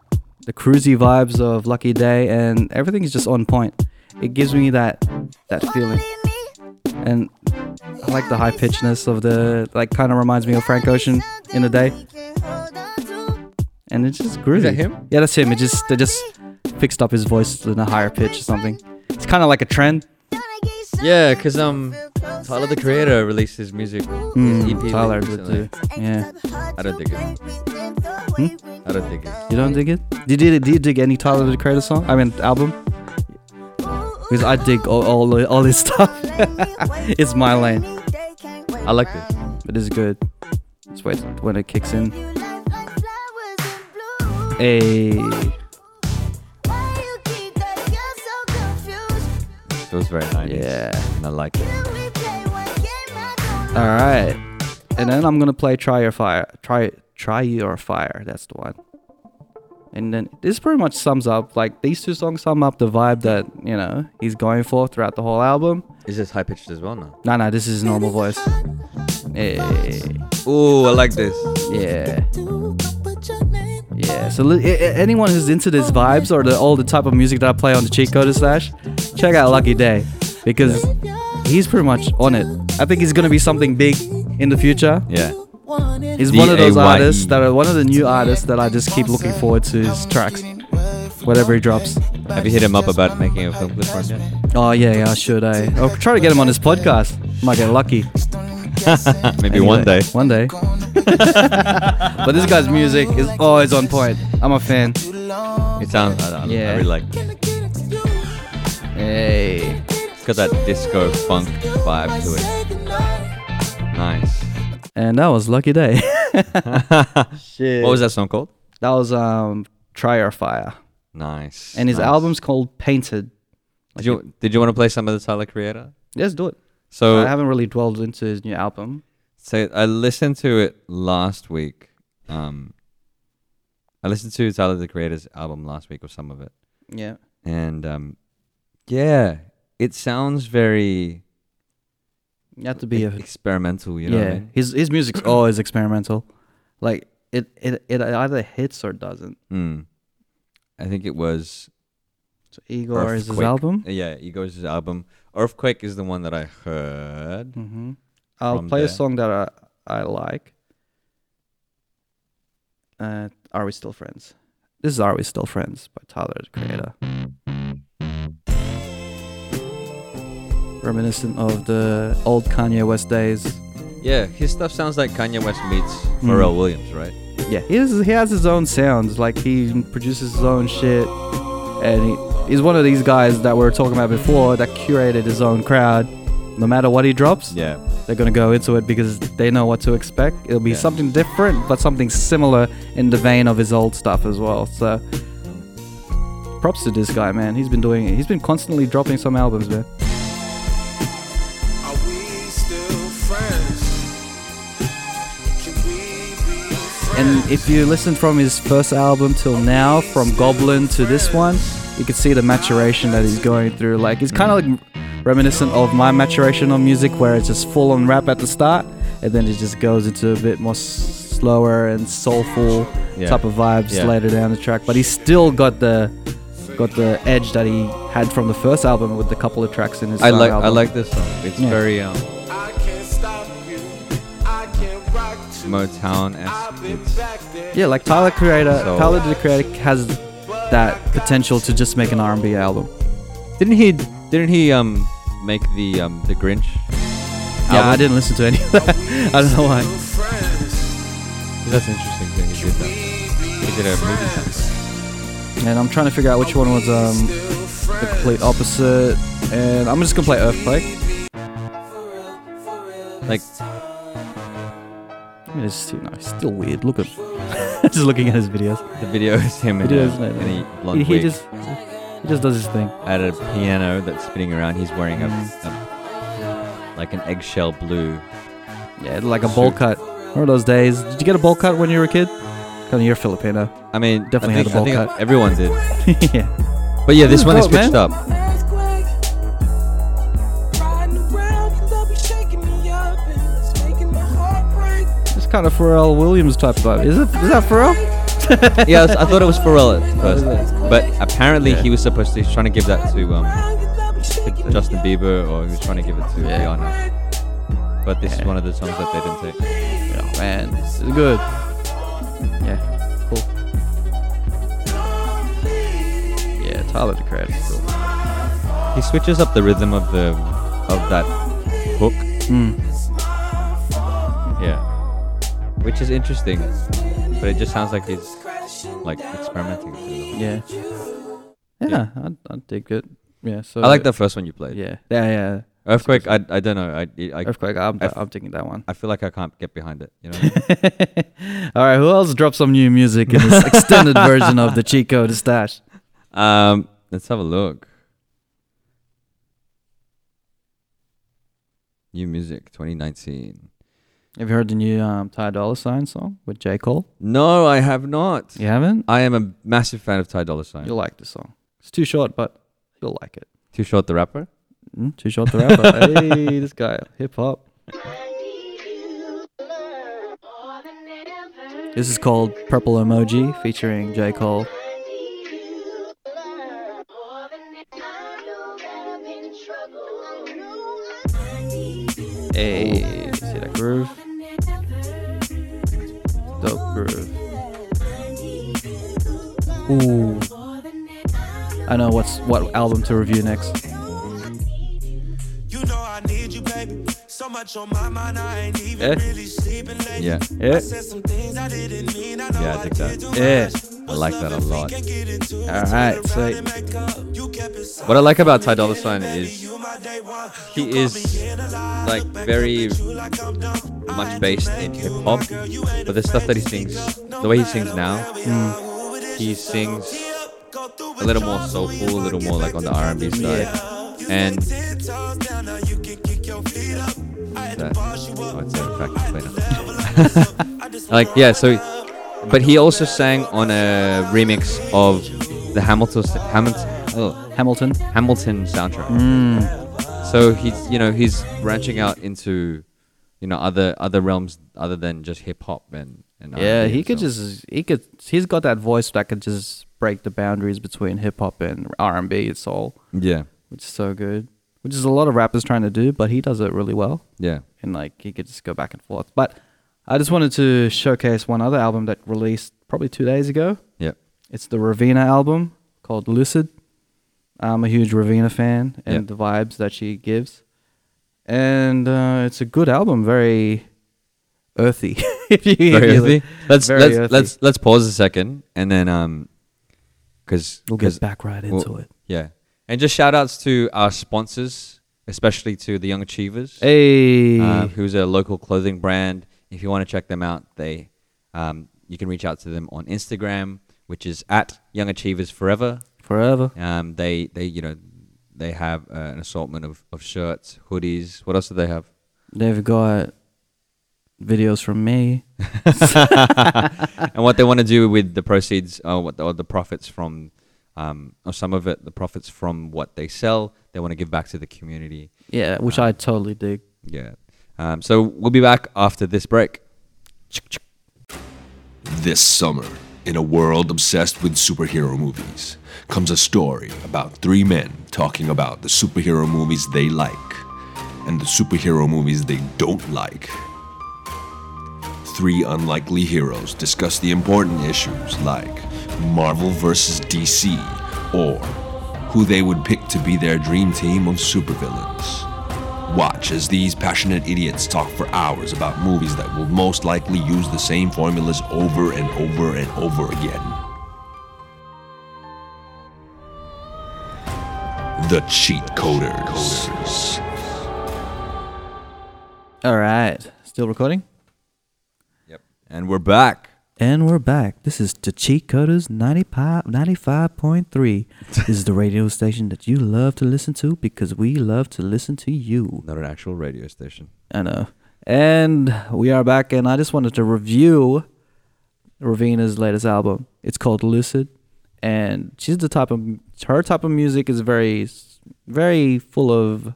B: The cruisy vibes of Lucky Day, and everything is just on point. It gives me that that feeling, and I like the high pitchedness of the like. Kind of reminds me of Frank Ocean in the day, and it's just groovy.
C: that him?
B: Yeah, that's him. It just they just fixed up his voice in a higher pitch or something. It's kind of like a trend.
C: Yeah, cause um, Tyler the Creator Hmm. released his music. his EP
B: Mm, Tyler did
C: recently.
B: too. Yeah.
C: I don't think it. I don't think it.
B: You Hmm? don't dig it? Did you, did you dig any Tyler the Creator song? I mean, album? Because I dig all, all, all this (laughs) stuff. it's my lane.
C: I like this.
B: It is good. It's when, when it kicks in. Hey.
C: It was very 90s.
B: Yeah.
C: and I like it.
B: All right. And then I'm going to play Try Your Fire. Try, try Your Fire. That's the one. And then this pretty much sums up, like, these two songs sum up the vibe that, you know, he's going for throughout the whole album.
C: Is this high pitched as well now?
B: No, no, this is normal voice. Hey.
C: Ooh, I like this.
B: Yeah. Yeah. So li- a- a- anyone who's into these vibes or the all the type of music that I play on the cheat code slash, check out Lucky Day because he's pretty much on it. I think he's gonna be something big in the future.
C: Yeah.
B: He's one of those
C: D A Y E.
B: artists that are one of the new artists that I just keep looking forward to his tracks, whatever he drops.
C: Have you hit him up about making a film clip for him yet?
B: Oh yeah, yeah, should I?
C: eh?
B: I'll try to get him on this podcast. Might get lucky.
C: Maybe one day.
B: Anyway, One day. but this guy's music is always on point. I'm a fan.
C: It sounds. I, I, I
B: Yeah.
C: really like. It.
B: Hey.
C: It's got that disco funk vibe to it. Nice.
B: And that was Lucky Day. (laughs) Shit.
C: What was that song called?
B: That was um Try Our Fire.
C: Nice.
B: And his
C: nice.
B: album's called Painted.
C: Did you Did you want to play some of the Tyler Creator?
B: Let's do it.
C: So
B: I haven't really dwelled into his new album.
C: So I listened to it last week. Um, I listened to Tyler the Creator's album last week or some of it,
B: Yeah.
C: and um, yeah, it sounds very
B: You have to be a
C: experimental. You know, what I
B: Yeah.
C: mean?
B: His
C: (clears throat)
B: his music's always experimental. Like it, it it either hits or doesn't.
C: Mm. I think it was
B: So Igor is his
C: Earthquake.
B: album.
C: Uh, Yeah, Ego's his album. Earthquake is the one that I heard.
B: Mm-hmm. I'll
C: From
B: play
C: there.
B: a song that I I like. Uh, Are we still friends? This is Are We Still Friends by Tyler the Creator. reminiscent of the old Kanye West days.
C: Yeah, his stuff sounds like Kanye West meets
B: Hmm.
C: Pharrell Williams, right?
B: Yeah, he has, he has his own sounds. Like he produces his own shit, and he, he's one of these guys that we were talking about before that curated his own crowd. No matter what he drops,
C: Yeah.
B: they're gonna go into it because they know what to expect. It'll be
C: Yeah.
B: something different, but something similar in the vein of his old stuff as well. So, props to this guy, man. He's been doing it. He's been constantly dropping some albums, man.
F: Are we still friends? Can we be friends?
B: And if you listen from his first album till now, from Goblin to this one, you can see the maturation that he's going through. Like it's kind of like reminiscent of my maturation on music, where it's just full on rap at the start, and then it just goes into a bit more s- slower and soulful
C: Yeah.
B: type of vibes
C: Yeah.
B: later down the track. But he's still got the got the edge that he had from the first album with the couple of tracks in his.
C: I
B: solo
C: like I
B: album.
C: like this song. It's
B: Yeah.
C: very um
F: I can't stop you. I can't rock to
C: Motown
F: I've been
C: esque.
F: back there.
B: Yeah, like Tyler Creator.
C: So-
B: Tyler the Creator has that potential to just make an R&B album.
C: Didn't he didn't he um make the um the Grinch?
B: Yeah, I
C: album?
B: didn't listen to any of that. (laughs) I don't know why.
F: friends.
C: That's interesting that he did that. He did a movie soundtrack.
B: And I'm trying to figure out which one was um, the complete opposite. And I'm just gonna play Earthquake.
C: Like
B: It's you know it's still weird. Look at (laughs) just looking at his videos.
C: the video is him in
B: It
C: a,
B: is, no, no.
C: in a blonde
B: He, he
C: wig
B: just he just does his thing.
C: at a piano that's spinning around. He's wearing a,
B: Hmm.
C: a like an eggshell blue.
B: Yeah, like a bowl
C: Suit.
B: cut. Remember those days? Did you get a bowl cut when you were a kid? Kind of, you're Filipino.
C: I mean,
B: Definitely
C: I
B: had
C: think,
B: a bowl
C: I think
B: cut.
C: Everyone did.
B: (laughs) yeah.
C: But yeah, this
B: is
C: one is
B: dope, man.
C: pitched up.
B: It's kind of Pharrell Williams type vibe. Is it? Is that Pharrell?
C: yeah, I was- I thought it was Pharrell at first,
B: is
C: but apparently
B: Yeah.
C: he was supposed to. He's trying to give that to um to Justin Bieber, or he was trying to give it to
B: Yeah.
C: Rihanna. But this is one of the songs that they didn't take.
B: Yeah, man, it's good. Yeah, cool. Yeah, Tyler the Creator. Cool.
C: He switches up the rhythm of the of that hook.
B: Hmm.
C: Yeah, which is interesting, but it just sounds like he's like experimenting. with it.
B: Yeah. Yeah, I, I dig it. Yeah, so
C: I like the first one you played.
B: Yeah, yeah, yeah.
C: Earthquake. I, I don't know. I, I
B: Earthquake. I'm,
C: F-
B: I'm digging that one. (laughs)
C: I feel like I can't get behind it. You know.
B: All right, who else dropped some new music in (laughs) this extended version of the cheat code stash?
C: Um, let's have a look. New music 2019.
B: Have you heard the new um, Ty Dolla Sign song with J Cole?
C: No, I have not.
B: You haven't?
C: I am a massive fan of Ty Dolla Sign.
B: You'll like the song. It's too short, but you'll like it.
C: Too short, the rapper.
B: Mm, too short to rapper. hey, this guy, hip hop. This is called Purple Emoji featuring J. Cole. Hey, see that groove? Dope groove. Ooh. I know what's what album to review next.
G: You know I need you, baby. So much on my mind, I ain't even
B: Eh?
G: really sleeping lately.
C: Yeah,
B: Yeah.
G: Said some things I didn't mean. I know
C: yeah, I dig that.
B: Yeah.
C: I like that a lot.
B: All right, sweet.
C: What I like about Ty Dolla Sign is he is like very much based in hip hop, but the stuff that he sings, the way he sings now, he sings a little more soulful, a little more like on the R and B side, and (laughs) that, oh, it's a vacuum cleaner. like yeah, so but he also sang on a remix of the Hamilton Hamilton. Oh,
B: Hamilton. Mm.
C: Hamilton soundtrack. So he's you know he's branching out into you know other other realms other than just hip hop and and
B: Yeah,
C: R&B
B: he could
C: himself.
B: just he could he's got that voice that could just break the boundaries between hip hop and R and B. It's all
C: yeah
B: which is so good, which is a lot of rappers trying to do, but he does it really well.
C: yeah
B: And like he could just go back and forth. But I just wanted to showcase one other album that released probably two days ago.
C: yeah
B: It's the Ravina album called Lucid. I'm a huge Ravina fan and
C: Yeah.
B: the vibes that she gives. and uh, it's a good album. Very earthy. (laughs) if you if
C: Very
B: you-
C: earthy. Let's
B: very
C: let's,
B: earthy.
C: let's let's pause a second and then um, because
B: We'll get back right into it.
C: Yeah, and just shout outs to our sponsors, especially to the Young Achievers.
B: Hey.
C: uh, who's a local clothing brand. If you want to check them out, they um, you can reach out to them on Instagram, which is at Young Achievers Forever.
B: forever.
C: Um, they they you know they have uh, an assortment of, of shirts, hoodies. What else do they have?
B: They've got videos from me.
C: and what they want to do with the proceeds or, what, or the profits from um, or some of it the profits from what they sell they want to give back to the community
B: Yeah, which I totally dig.
C: yeah um, so we'll be back after this break
K: This summer, in a world obsessed with superhero movies, comes a story about three men talking about the superhero movies they like and the superhero movies they don't like. Three unlikely heroes discuss the important issues like Marvel versus DC or who they would pick to be their dream team of supervillains. Watch as these passionate idiots talk for hours about movies that will most likely use the same formulas over and over and over again. The Cheat Coders.
B: All right. Still recording?
C: and we're back
B: And we're back. This is the Cheat Coders 95 (laughs) 95.3. this is the radio station that you love to listen to because we love to listen to you.
C: not an actual radio station
B: I know. And we are back, and I just wanted to review Ravina's latest album. It's called Lucid, and she's the type of her type of music is very, very full of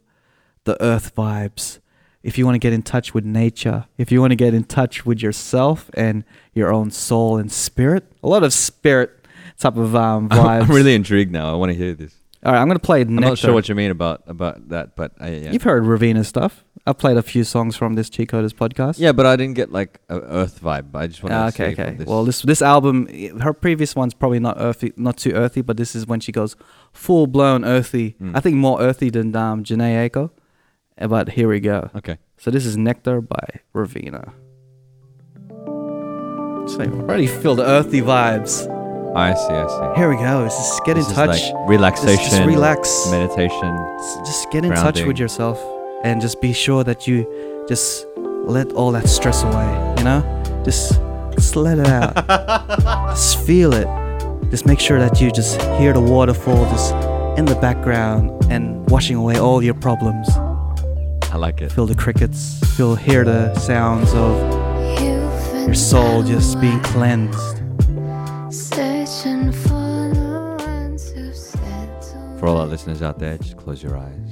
B: the earth vibes. If you want to get in touch with nature, if you want to get in touch with yourself and your own soul and spirit, a lot of spirit type of um, vibes.
C: (laughs) (laughs) i'm really intrigued now i want to hear this
B: All right, I'm gonna play.
C: i'm not sure what you mean about about that but I, yeah
B: You've heard Ravina stuff. I played a few songs from this Cheat Coders podcast.
C: yeah but i didn't get like a earth vibe i just want to
B: Ah, okay,
C: see
B: okay.
C: This.
B: Well, this this album, i- her previous one's probably not earthy, not too earthy, but this is when she goes full blown earthy.
C: Mm.
B: I think more earthy than um, Janae Aiko. Eh, But here we go.
C: Okay.
B: So this is Nectar by Ravina. So I already feel the earthy vibes.
C: i see i see
B: Here we go. It's just get
C: This
B: in
C: is
B: touch.
C: like
B: Just-
C: relaxation
B: Just, relax.
C: meditation
B: S- Just get in touch with
C: grounding.
B: yourself and just be sure that you just let all that stress away, you know? Just, just let
C: (laughs)
B: it out. just feel it. Just make sure that you just hear the waterfall just in the background and washing away all your problems.
C: I like it.
B: Feel the crickets, feel hear the sounds of your soul just being cleansed.
J: Searching for the ones who settle.
C: For all our listeners out there, just close your eyes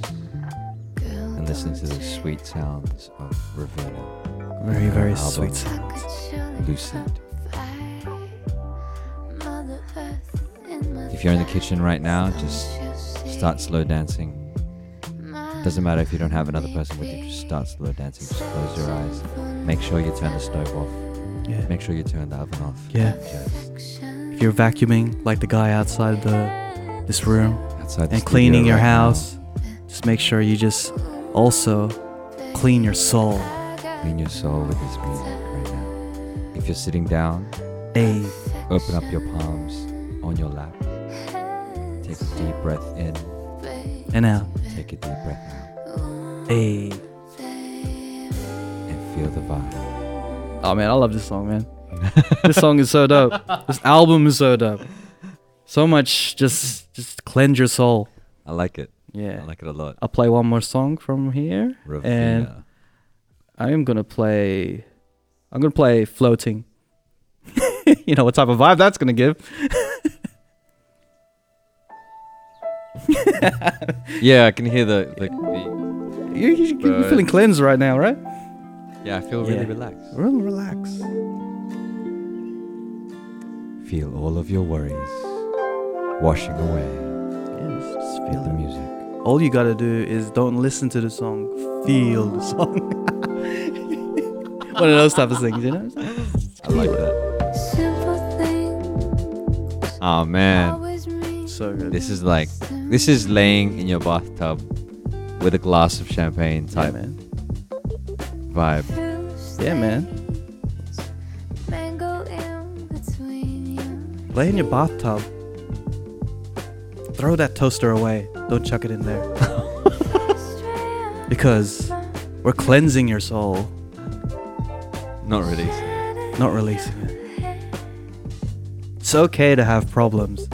C: and listen to the sweet sounds of Ravina.
B: Very, very
C: Her album,
B: sweet sounds.
C: Lucid.
J: Mother Earth in my
C: If you're in the kitchen right now, just start slow dancing. Doesn't matter if you don't have another person with you, just start slow dancing. Just close your eyes. Make sure you turn the stove off.
B: Yeah.
C: Make sure you turn the oven off.
B: Yeah.
C: Just
B: If you're vacuuming like the guy outside the this room
C: Outside the
B: and cleaning
C: studio
B: your
C: right now.
B: house, just make sure you just also clean your soul.
C: clean your soul with this music right now. If you're sitting down,
B: Hey.
C: open up your palms on your lap. Take a deep breath in.
B: And out.
C: Take a deep breath out
B: Hey.
C: and feel the vibe.
B: Oh man, I love this song, (laughs) man. this song is so dope. This album is so dope. So much just just cleanse your soul.
C: I like it.
B: Yeah.
C: I like it a lot.
B: I'll play one more song from here. And
C: Ravina.
B: I am gonna play I'm gonna play floating. (laughs) you know what type of vibe that's gonna give.
C: Yeah, I can hear the, the, the
B: You're, you're, you're feeling
C: Birds.
B: cleansed right now, right?
C: yeah. I feel really
B: Yeah.
C: relaxed.
B: Real relax.
C: Feel all of your worries washing away
B: Yes, just
C: with
B: feel
C: the
B: it.
C: music.
B: All you gotta do is don't listen to the song, feel the song. One of those type of things, you know?
C: I like that.
J: Simple thing,
C: Oh man,
J: always me.
B: So good.
C: this is like this is laying in your bathtub, with a glass of champagne type vibe.
B: Yeah, man.
J: Mango in between you.
B: Lay in your bathtub. Throw that toaster away. Don't chuck it in there. (laughs)
J: (laughs)
B: because we're cleansing your soul,
C: Not really.
B: not releasing it. It's okay to have problems.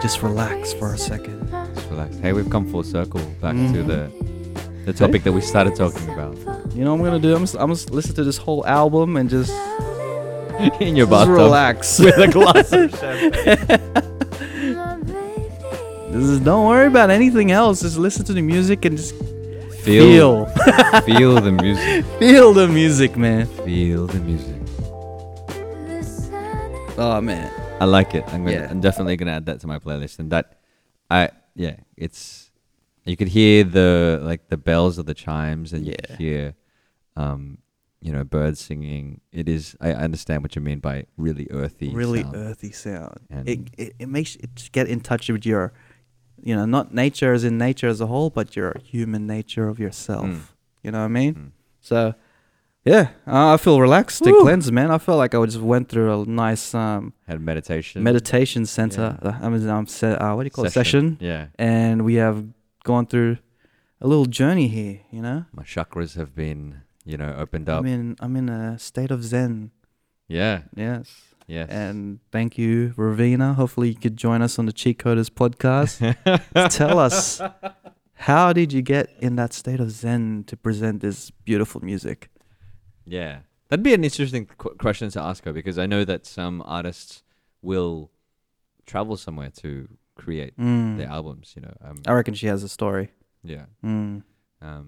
B: Just relax for a second.
C: Just relax. Hey, we've come full circle back to
B: Mhm.
C: the the topic that we started talking about
B: (laughs) You know what I'm gonna do? I'm just, I'm just listen to this whole album and just
C: in your
B: just
C: bathtub.
B: relax
C: (laughs)
B: (laughs)
C: with a glass of champagne.
B: This is, don't worry about anything else. Just listen to the music and just
C: Feel,
B: Feel.
C: (laughs) feel the music.
B: (laughs) feel the music, man.
C: Feel the music.
B: Oh man.
C: I like it. I'm gonna,
B: Yeah.
C: I'm definitely gonna add that to my playlist. And that, I yeah, it's you could hear the like the bells of the chimes, and you could hear, um, you know, birds singing. It is. I I understand what you mean by really earthy.
B: really
C: sound.
B: earthy sound.
C: And-
B: It, it it makes you just get in touch with your, you know, not nature as in nature as a whole, but your human nature of yourself.
C: Mm.
B: You know what I mean? So, yeah, uh, I feel relaxed and cleansed, man. I feel like I just went through a nice um,
C: Had meditation.
B: meditation center. uh, I mean, um, se- uh, what do you call
C: Session,
B: it? Session.
C: yeah.
B: And we have gone through a little journey here. You know,
C: my chakras have been you know opened up.
B: I'm in I'm in a state of zen.
C: yeah.
B: Yes.
C: Yes.
B: And thank you, Ravina. Hopefully, you could join us on the Cheat Coders (laughs) podcast. Tell us, how did you get in that state of Zen to present this beautiful music?
C: (laughs) Yeah, that'd be an interesting qu- question to ask her because I know that some artists will travel somewhere to create
B: Mm.
C: their albums. You know, um,
B: I reckon she has a story.
C: yeah.
B: Mm.
C: Um,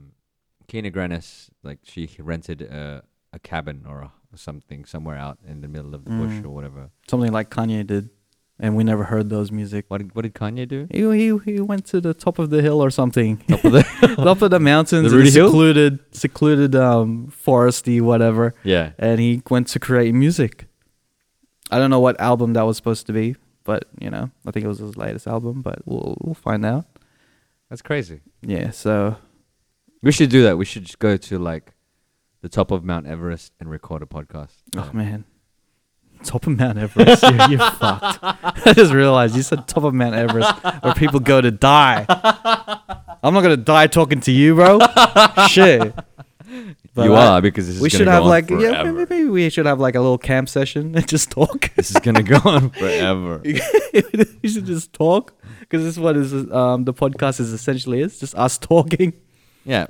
C: Kina Grannis, like she rented a, a cabin or a, something somewhere out in the middle of the bush
B: Mm.
C: or whatever.
B: Something like Kanye did, and we never heard those music.
C: What did, what did Kanye do?
B: He, he, he went to the top of the hill or something. (laughs) Top of the, mountains,
C: The
B: in a
C: Rudy Hill?
B: secluded, secluded, um, foresty, whatever.
C: Yeah.
B: And he went to create music. I don't know what album that was supposed to be, but you know, I think it was his latest album. But we'll we'll find out.
C: That's crazy.
B: Yeah. So
C: We should do that. We should just go to like the top of Mount Everest and record a podcast.
B: Oh man, top of Mount Everest, you're,
C: (laughs)
B: you're fucked. I just realized you said top of Mount Everest, where people go to die. I'm not gonna die talking to you, bro. Shit.
C: You
B: I-
C: are, because this is
B: we
C: gonna
B: should
C: go
B: have
C: on
B: like yeah
C: forever.
B: maybe, maybe we should have like a little camp session and just talk.
C: This is gonna go
B: (laughs)
C: on forever.
B: we should just talk because this is what is um the podcast is essentially is just us (laughs) talking.
C: Yeah.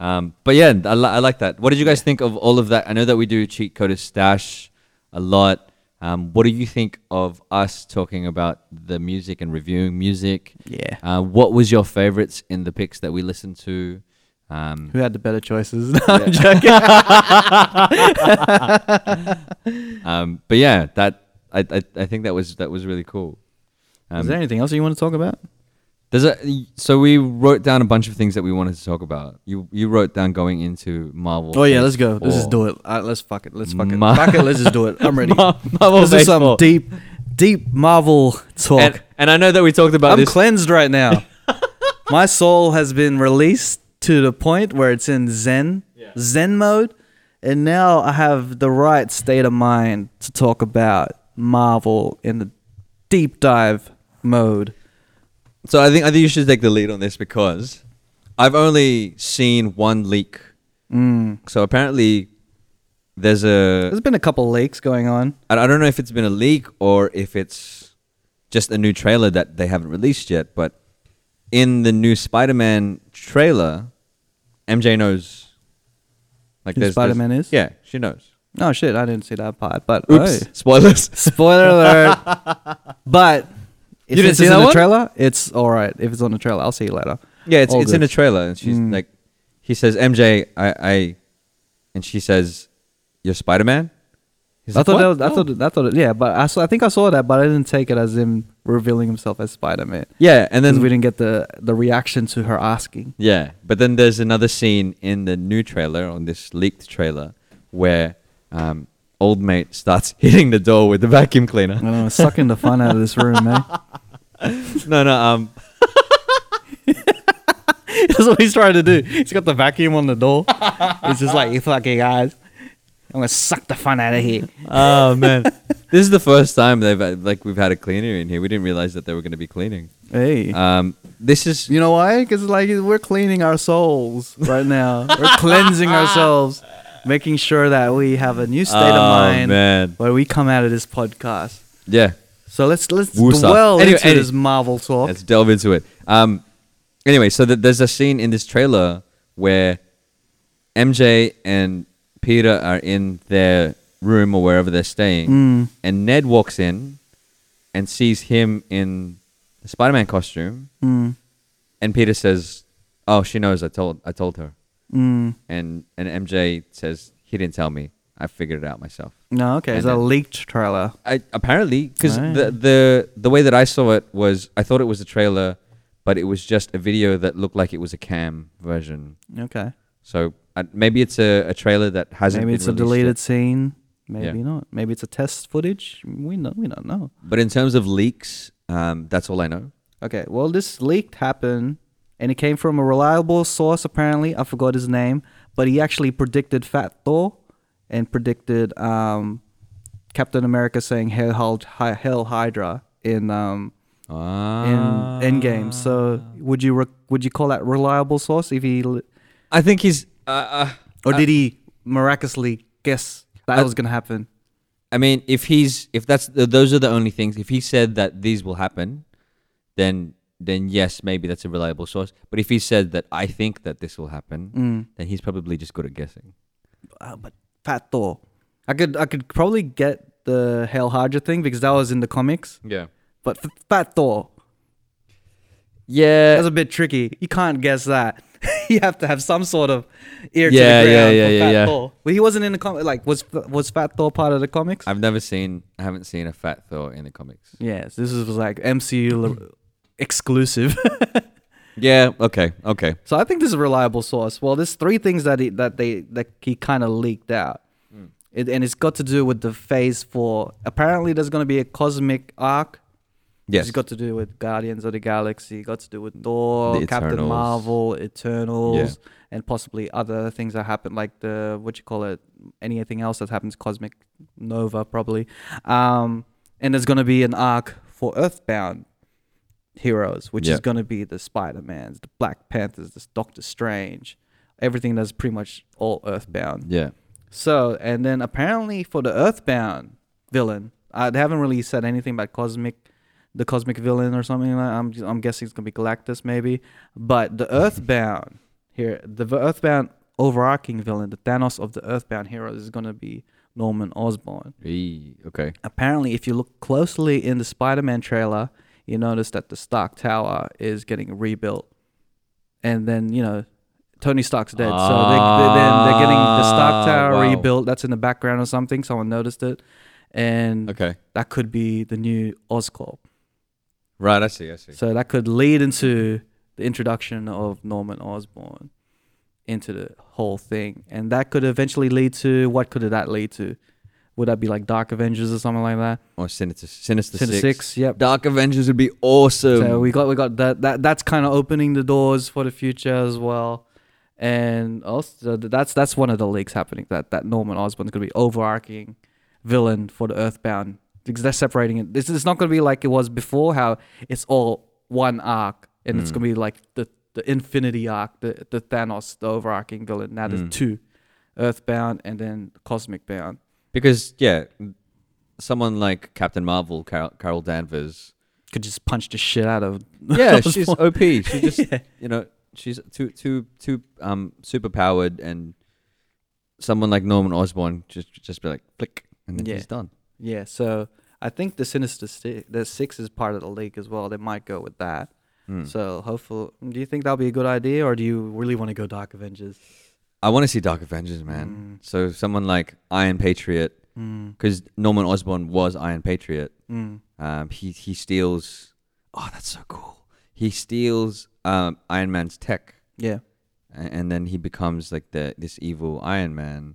C: Um, but yeah, I, li- I like that. What did you guys think of all of that? I know that we do cheat coders stash a lot. Um, what do you think of us talking about the music and reviewing music?
B: Yeah.
C: Uh, what was your favorites in the picks that we listened to? Um,
B: Who had the better choices? No, (laughs) I'm joking.
C: um, but yeah, that I, I I think that was that was really cool.
B: is there anything else you want to talk about?
C: There's a so we wrote down a bunch of things that we wanted to talk about. You you wrote down going into Marvel.
B: Oh yeah,
C: Phase
B: let's go. Let's just
C: Four.
B: do it. Uh, let's fuck it. Let's fuck it.
C: Ma-
B: fuck it. Let's just do it. (laughs) I'm ready.
C: Ma- Marvel
B: this is
C: Phase
B: some
C: Four.
B: deep, deep Marvel talk.
C: And, and I know that we talked about
B: I'm
C: this.
B: cleansed right now. (laughs) My soul has been released to the point where it's in Zen, Zen mode, and now I have the right state of mind to talk about Marvel in the deep dive mode.
C: So I think I think you should take the lead on this because I've only seen one leak.
B: Mm.
C: So apparently, there's a
B: There's been a couple leaks going on.
C: I I don't know if it's been a leak or if it's just a new trailer that they haven't released yet. But in the new Spider-Man trailer, MJ knows. Like
B: Who
C: there's- there's-
B: Spider-Man is?
C: Yeah, she knows.
B: Oh shit, I didn't see that part. But
C: Oops,
B: oh.
C: spoilers. (laughs)
B: Spoiler (laughs) alert. But
C: You
B: if
C: didn't
B: it's
C: see
B: in
C: that
B: the
C: one?
B: trailer, it's all right. If it's on the trailer, I'll see you later.
C: Yeah, it's,
B: All
C: it's in the
B: good.
C: trailer, and she's
B: Mm.
C: like, he says, "MJ, I, I," and she says, "You're Spider Man."
B: I thought that Oh. was, I thought I thought yeah, but I saw, I think I saw that, but I didn't take it as him revealing himself as Spider Man.
C: Yeah, and then
B: we didn't get the the reaction to her asking.
C: Yeah, but then there's another scene in the new trailer, on this leaked trailer, where um, old mate starts (laughs) hitting the door with the vacuum
B: (laughs)
C: cleaner.
B: I don't know, sucking the fun eh? out of this room, man.
C: no, no, um,
B: (laughs) That's what he's trying to do. He's got the vacuum on the door. It's just like, you fucking guys, I'm gonna suck the fun out of here.
C: Oh man, (laughs) this is the first time they've uh, like we've had a cleaner in here. We didn't realize that they were going to be cleaning.
B: Hey.
C: um, this is
B: You know why? Because like we're cleaning our souls right now. we're cleansing ourselves, making sure that we have a new state
C: Oh,
B: of mind
C: man.
B: where we come out of this podcast.
C: yeah.
B: So let's let's
C: Woosah.
B: dwell
C: Anyway,
B: into
C: anyway.
B: this Marvel talk.
C: Let's delve into it. Um, anyway, so th- there's a scene in this trailer where MJ and Peter are in their room or wherever they're staying,
B: Mm.
C: and Ned walks in and sees him in the Spider-Man costume,
B: Mm.
C: and Peter says, "Oh, she knows. I told. I told her."
B: Mm.
C: And and MJ says, "He didn't tell me. I figured it out myself."
B: No, okay, it's
C: And
B: a
C: then-
B: leaked trailer.
C: I, apparently, because
B: Right.
C: the, the the way that I saw it was, I thought it was a trailer, but it was just a video that looked like it was a cam version.
B: Okay,
C: So uh, maybe it's a, a trailer that hasn't.
B: maybe
C: been
B: it's a
C: released
B: deleted
C: yet.
B: scene. Maybe
C: Yeah.
B: not. Maybe it's a test footage. We know. We don't know.
C: But in terms of leaks, um, that's all I know.
B: Okay, well, this leaked happened, and it came from a reliable source. Apparently, I forgot his name, but he actually predicted Fat Thor, and predicted um, Captain America saying "Hell, Hyd- Hy- Hell Hydra" in um,
C: Ah.
B: in Endgame. So, would you re- would you call that reliable source if he, l-
C: I think he's. Uh, uh,
B: or
C: I-
B: did he miraculously guess that
C: I-
B: was gonna happen?
C: I mean, if he's if that's th those are the only things. If he said that these will happen, then then yes, maybe that's a reliable source. But if he said that I think that this will happen,
B: Mm.
C: then he's probably just good at guessing.
B: uh, but Fat Thor. I could I could probably get the Hail Hydra thing because that was in the comics.
C: Yeah.
B: But f- Fat Thor
C: Yeah.
B: that's a bit tricky. You can't guess that. (laughs) you have to have some sort of ear
C: Yeah,
B: to the
C: yeah,
B: ground
C: yeah,
B: for
C: yeah,
B: Fat
C: yeah.
B: Thor. But he wasn't in the comic. Like was was Fat Thor part of the comics?
C: I've never seen, I haven't seen a fat Thor in the comics.
B: yes, this is was like MCU l- exclusive. (laughs)
C: Yeah. Okay. Okay.
B: so I think this is a reliable source. Well, there's three things that he that they that he kind of leaked out. It, and it's got to do with the phase four. Apparently, there's going to be a cosmic arc
C: Yes.
B: It's got to do with Guardians of the Galaxy, got to do with Thor,
C: The
B: Captain
C: Eternals.
B: Marvel, Eternals, and possibly other things that happen, like the what you call it, anything else that happens, Cosmic Nova probably. Um, and there's gonna be an arc for Earthbound heroes, which
C: Yeah.
B: is gonna be the Spider Mans, the Black Panthers, the Doctor Strange, everything that's pretty much all Earthbound.
C: yeah.
B: So, and then apparently for the Earthbound villain, uh, they haven't really said anything about cosmic, the cosmic villain or something. Like I'm I'm guessing it's gonna be Galactus maybe, but the Earthbound here, the v- Earthbound overarching villain, the Thanos of the Earthbound heroes is gonna be Norman Osborn.
C: E- okay.
B: Apparently, if you look closely in the Spider-Man trailer, you notice that the Stark Tower is getting rebuilt, and then you know. Tony Stark's dead, so they, they, then they're getting the Stark
C: Ah,
B: Tower
C: wow.
B: rebuilt built that's in the background or something. Someone noticed it, and
C: Okay.
B: that could be the new Oscorp.
C: Right. I see. I see.
B: So that could lead into the introduction of Norman Osborn into the whole thing, and that could eventually lead to what could that lead to? Would that be like Dark Avengers or something like that?
C: Or Sinister, Sinister,
B: Sinister
C: Six.
B: Six, yep.
C: Dark Avengers would be awesome.
B: So we got we got that that that's kind of opening the doors for the future as well. And also th- that's that's one of the leaks happening that that Norman Osborn's going to be overarching villain for the Earthbound because they're separating it. This it's not going to be like it was before how it's all one arc and it's going to be like the the Infinity arc, the the Thanos, the overarching villain. Now there's two, Earthbound and then Cosmic Bound.
C: because yeah, someone like Captain Marvel, Carol, Carol Danvers.
B: Could just punch the shit out of
C: (laughs) Yeah,
B: Osborn.
C: she's OP. She (laughs) just, you know, she's too, too, too, um, super powered, and someone like Norman Osborn just, just be like, click, and then
B: Yeah.
C: he's done.
B: Yeah, so I think the Sinister Six, the Six is part of the league as well. They might go with that.
C: Hmm.
B: So hopefully, do you think that'll be a good idea, or do you really want to go Dark Avengers?
C: I want to see Dark Avengers, man. So someone like Iron Patriot, because Norman Osborn was Iron Patriot. Um, he he steals. Oh, that's so cool. He steals um, Iron Man's tech,
B: Yeah,
C: a- and then he becomes like the this evil Iron Man.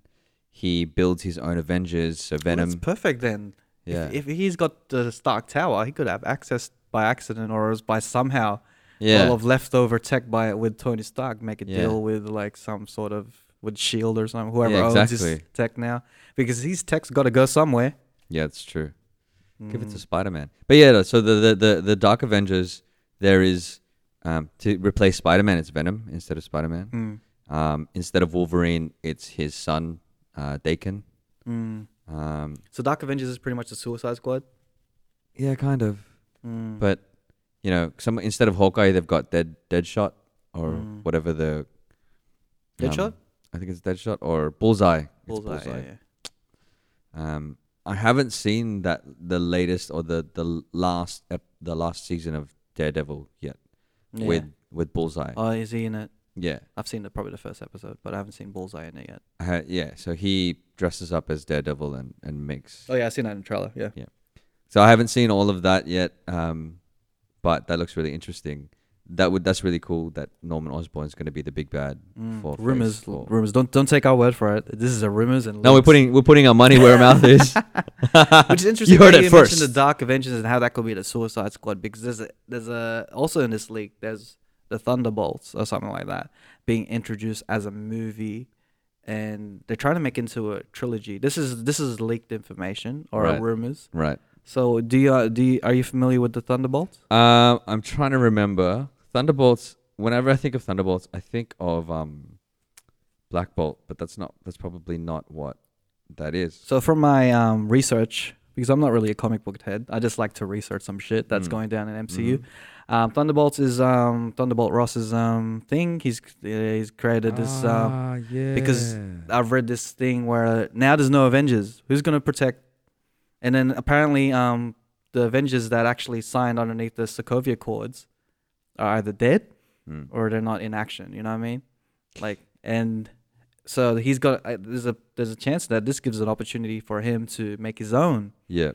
C: He builds his own Avengers. So
B: that's
C: Venom.
B: perfect then.
C: Yeah.
B: If, if he's got the Stark Tower, he could have access by accident or by somehow
C: Yeah.
B: all of leftover tech buy it with Tony Stark, make a
C: Yeah.
B: deal with like some sort of with Shield E or something, whoever
C: Yeah,
B: owns his
C: exactly.
B: tech now, because his tech's got to go somewhere.
C: Yeah, it's true. Give it to
B: Mm.
C: Spider Man. But yeah, no, so the, the the the Dark Avengers, there is um, to replace Spider Man, it's Venom instead of Spider Man.
B: Hmm.
C: Um, instead of Wolverine, it's his son, uh, Dakin.
B: Mm.
C: Um,
B: So Dark Avengers is pretty much the Suicide Squad.
C: yeah, kind of.
B: Mm.
C: Hmm. But you know, some instead of Hawkeye, they've got Dead Deadshot or
B: Mm.
C: whatever the
B: Deadshot?
C: um, I think it's Deadshot or Bullseye. It's
B: Bullseye, yeah,
C: Um, I haven't seen that the latest or the the l- last ep- the last season of Daredevil yet
B: Yeah.
C: with with Bullseye.
B: Oh, is he in it?
C: Yeah.
B: I've seen the, probably the first episode, but I haven't seen Bullseye in it yet.
C: Uh, yeah, so he dresses up as Daredevil and and makes
B: Oh yeah, I've seen that in the trailer. Yeah.
C: Yeah. So I haven't seen all of that yet, um, but that looks really interesting. That would that's really cool that Norman Osborn's going to be the big bad for Phase
B: Mm. rumors,
C: Four.
B: rumors. Don't don't take our word for it. This is a rumors and
C: No, we're
B: leaks.
C: putting we're putting our money where our mouth is.
B: (laughs) which is
C: (laughs)
B: interesting.
C: you heard
B: that
C: it
B: (laughs) you
C: first.
B: Mentioned the Dark Avengers and how that could be the Suicide Squad because there's a, there's a also in this league there's the Thunderbolts or something like that being introduced as a movie, and they're trying to make into a trilogy. This is this is leaked information or
C: Right.
B: rumors.
C: Right.
B: So do you uh, do you, are you familiar with the Thunderbolts?
C: Um, I'm trying to remember Thunderbolts. Whenever I think of Thunderbolts, I think of um, Black Bolt, but that's not that's probably not what that is.
B: So from my um, research, because I'm not really a comic book head, I just like to research some shit that's
C: Mm.
B: going down in MCU. Um, Thunderbolts is um, Thunderbolt Ross's um, thing. He's uh, he's created this
C: Ah,
B: um, because
C: yeah.
B: I've read this thing where now there's no Avengers. Who's gonna protect? And then apparently um, the Avengers that actually signed underneath the Sokovia Accords are either dead
C: Mm.
B: or they're not in action. You know what I mean? Like, and so he's got uh, there's a there's a chance that this gives an opportunity for him to make his own
C: Yeah.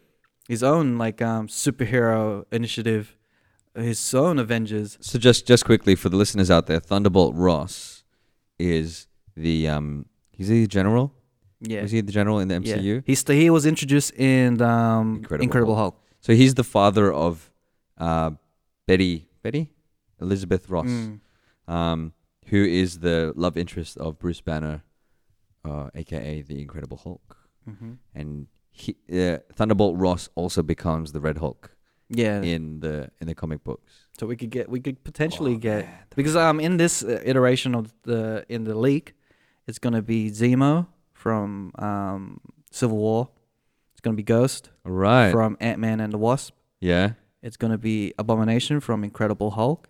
B: his own like um superhero initiative, his own Avengers.
C: So just just quickly for the listeners out there, Thunderbolt Ross is the um he's the general.
B: Yeah.
C: Was he the general in the
B: Yeah.
C: MCU?
B: He's the- he was introduced in um Incredible, Hulk.
C: So he's the father of uh, Betty Betty Elizabeth Ross,
B: Mm.
C: um, who is the love interest of Bruce Banner, uh, aka the Incredible Hulk,
B: Mhm.
C: and he, uh, Thunderbolt Ross also becomes the Red Hulk.
B: Yeah.
C: in the in the comic books.
B: So we could get we could potentially get because um in this uh, iteration of the in the leak, it's gonna be Zemo from um Civil War. It's gonna be Ghost
C: Right.
B: from Ant Man and the Wasp.
C: Yeah.
B: It's gonna be Abomination from Incredible Hulk,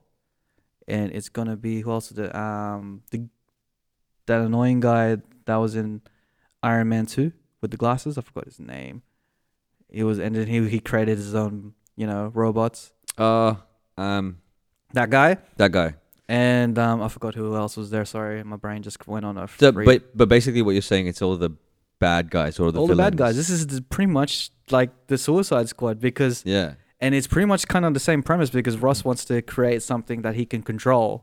B: and it's gonna be who else? The um the that annoying guy that was in Iron Man two with the glasses. I forgot his name. It was and then he he created his own you know robots.
C: Uh, um,
B: That guy.
C: that guy.
B: And um, I forgot who else was there. Sorry, my brain just went on a
C: So,
B: free-
C: but but basically, what you're saying, it's all the bad guys or the
B: all the bad
C: villains.
B: guys. This is the, pretty much like the Suicide Squad because
C: Yeah.
B: and it's pretty much kind of the same premise because Ross wants to create something that he can control.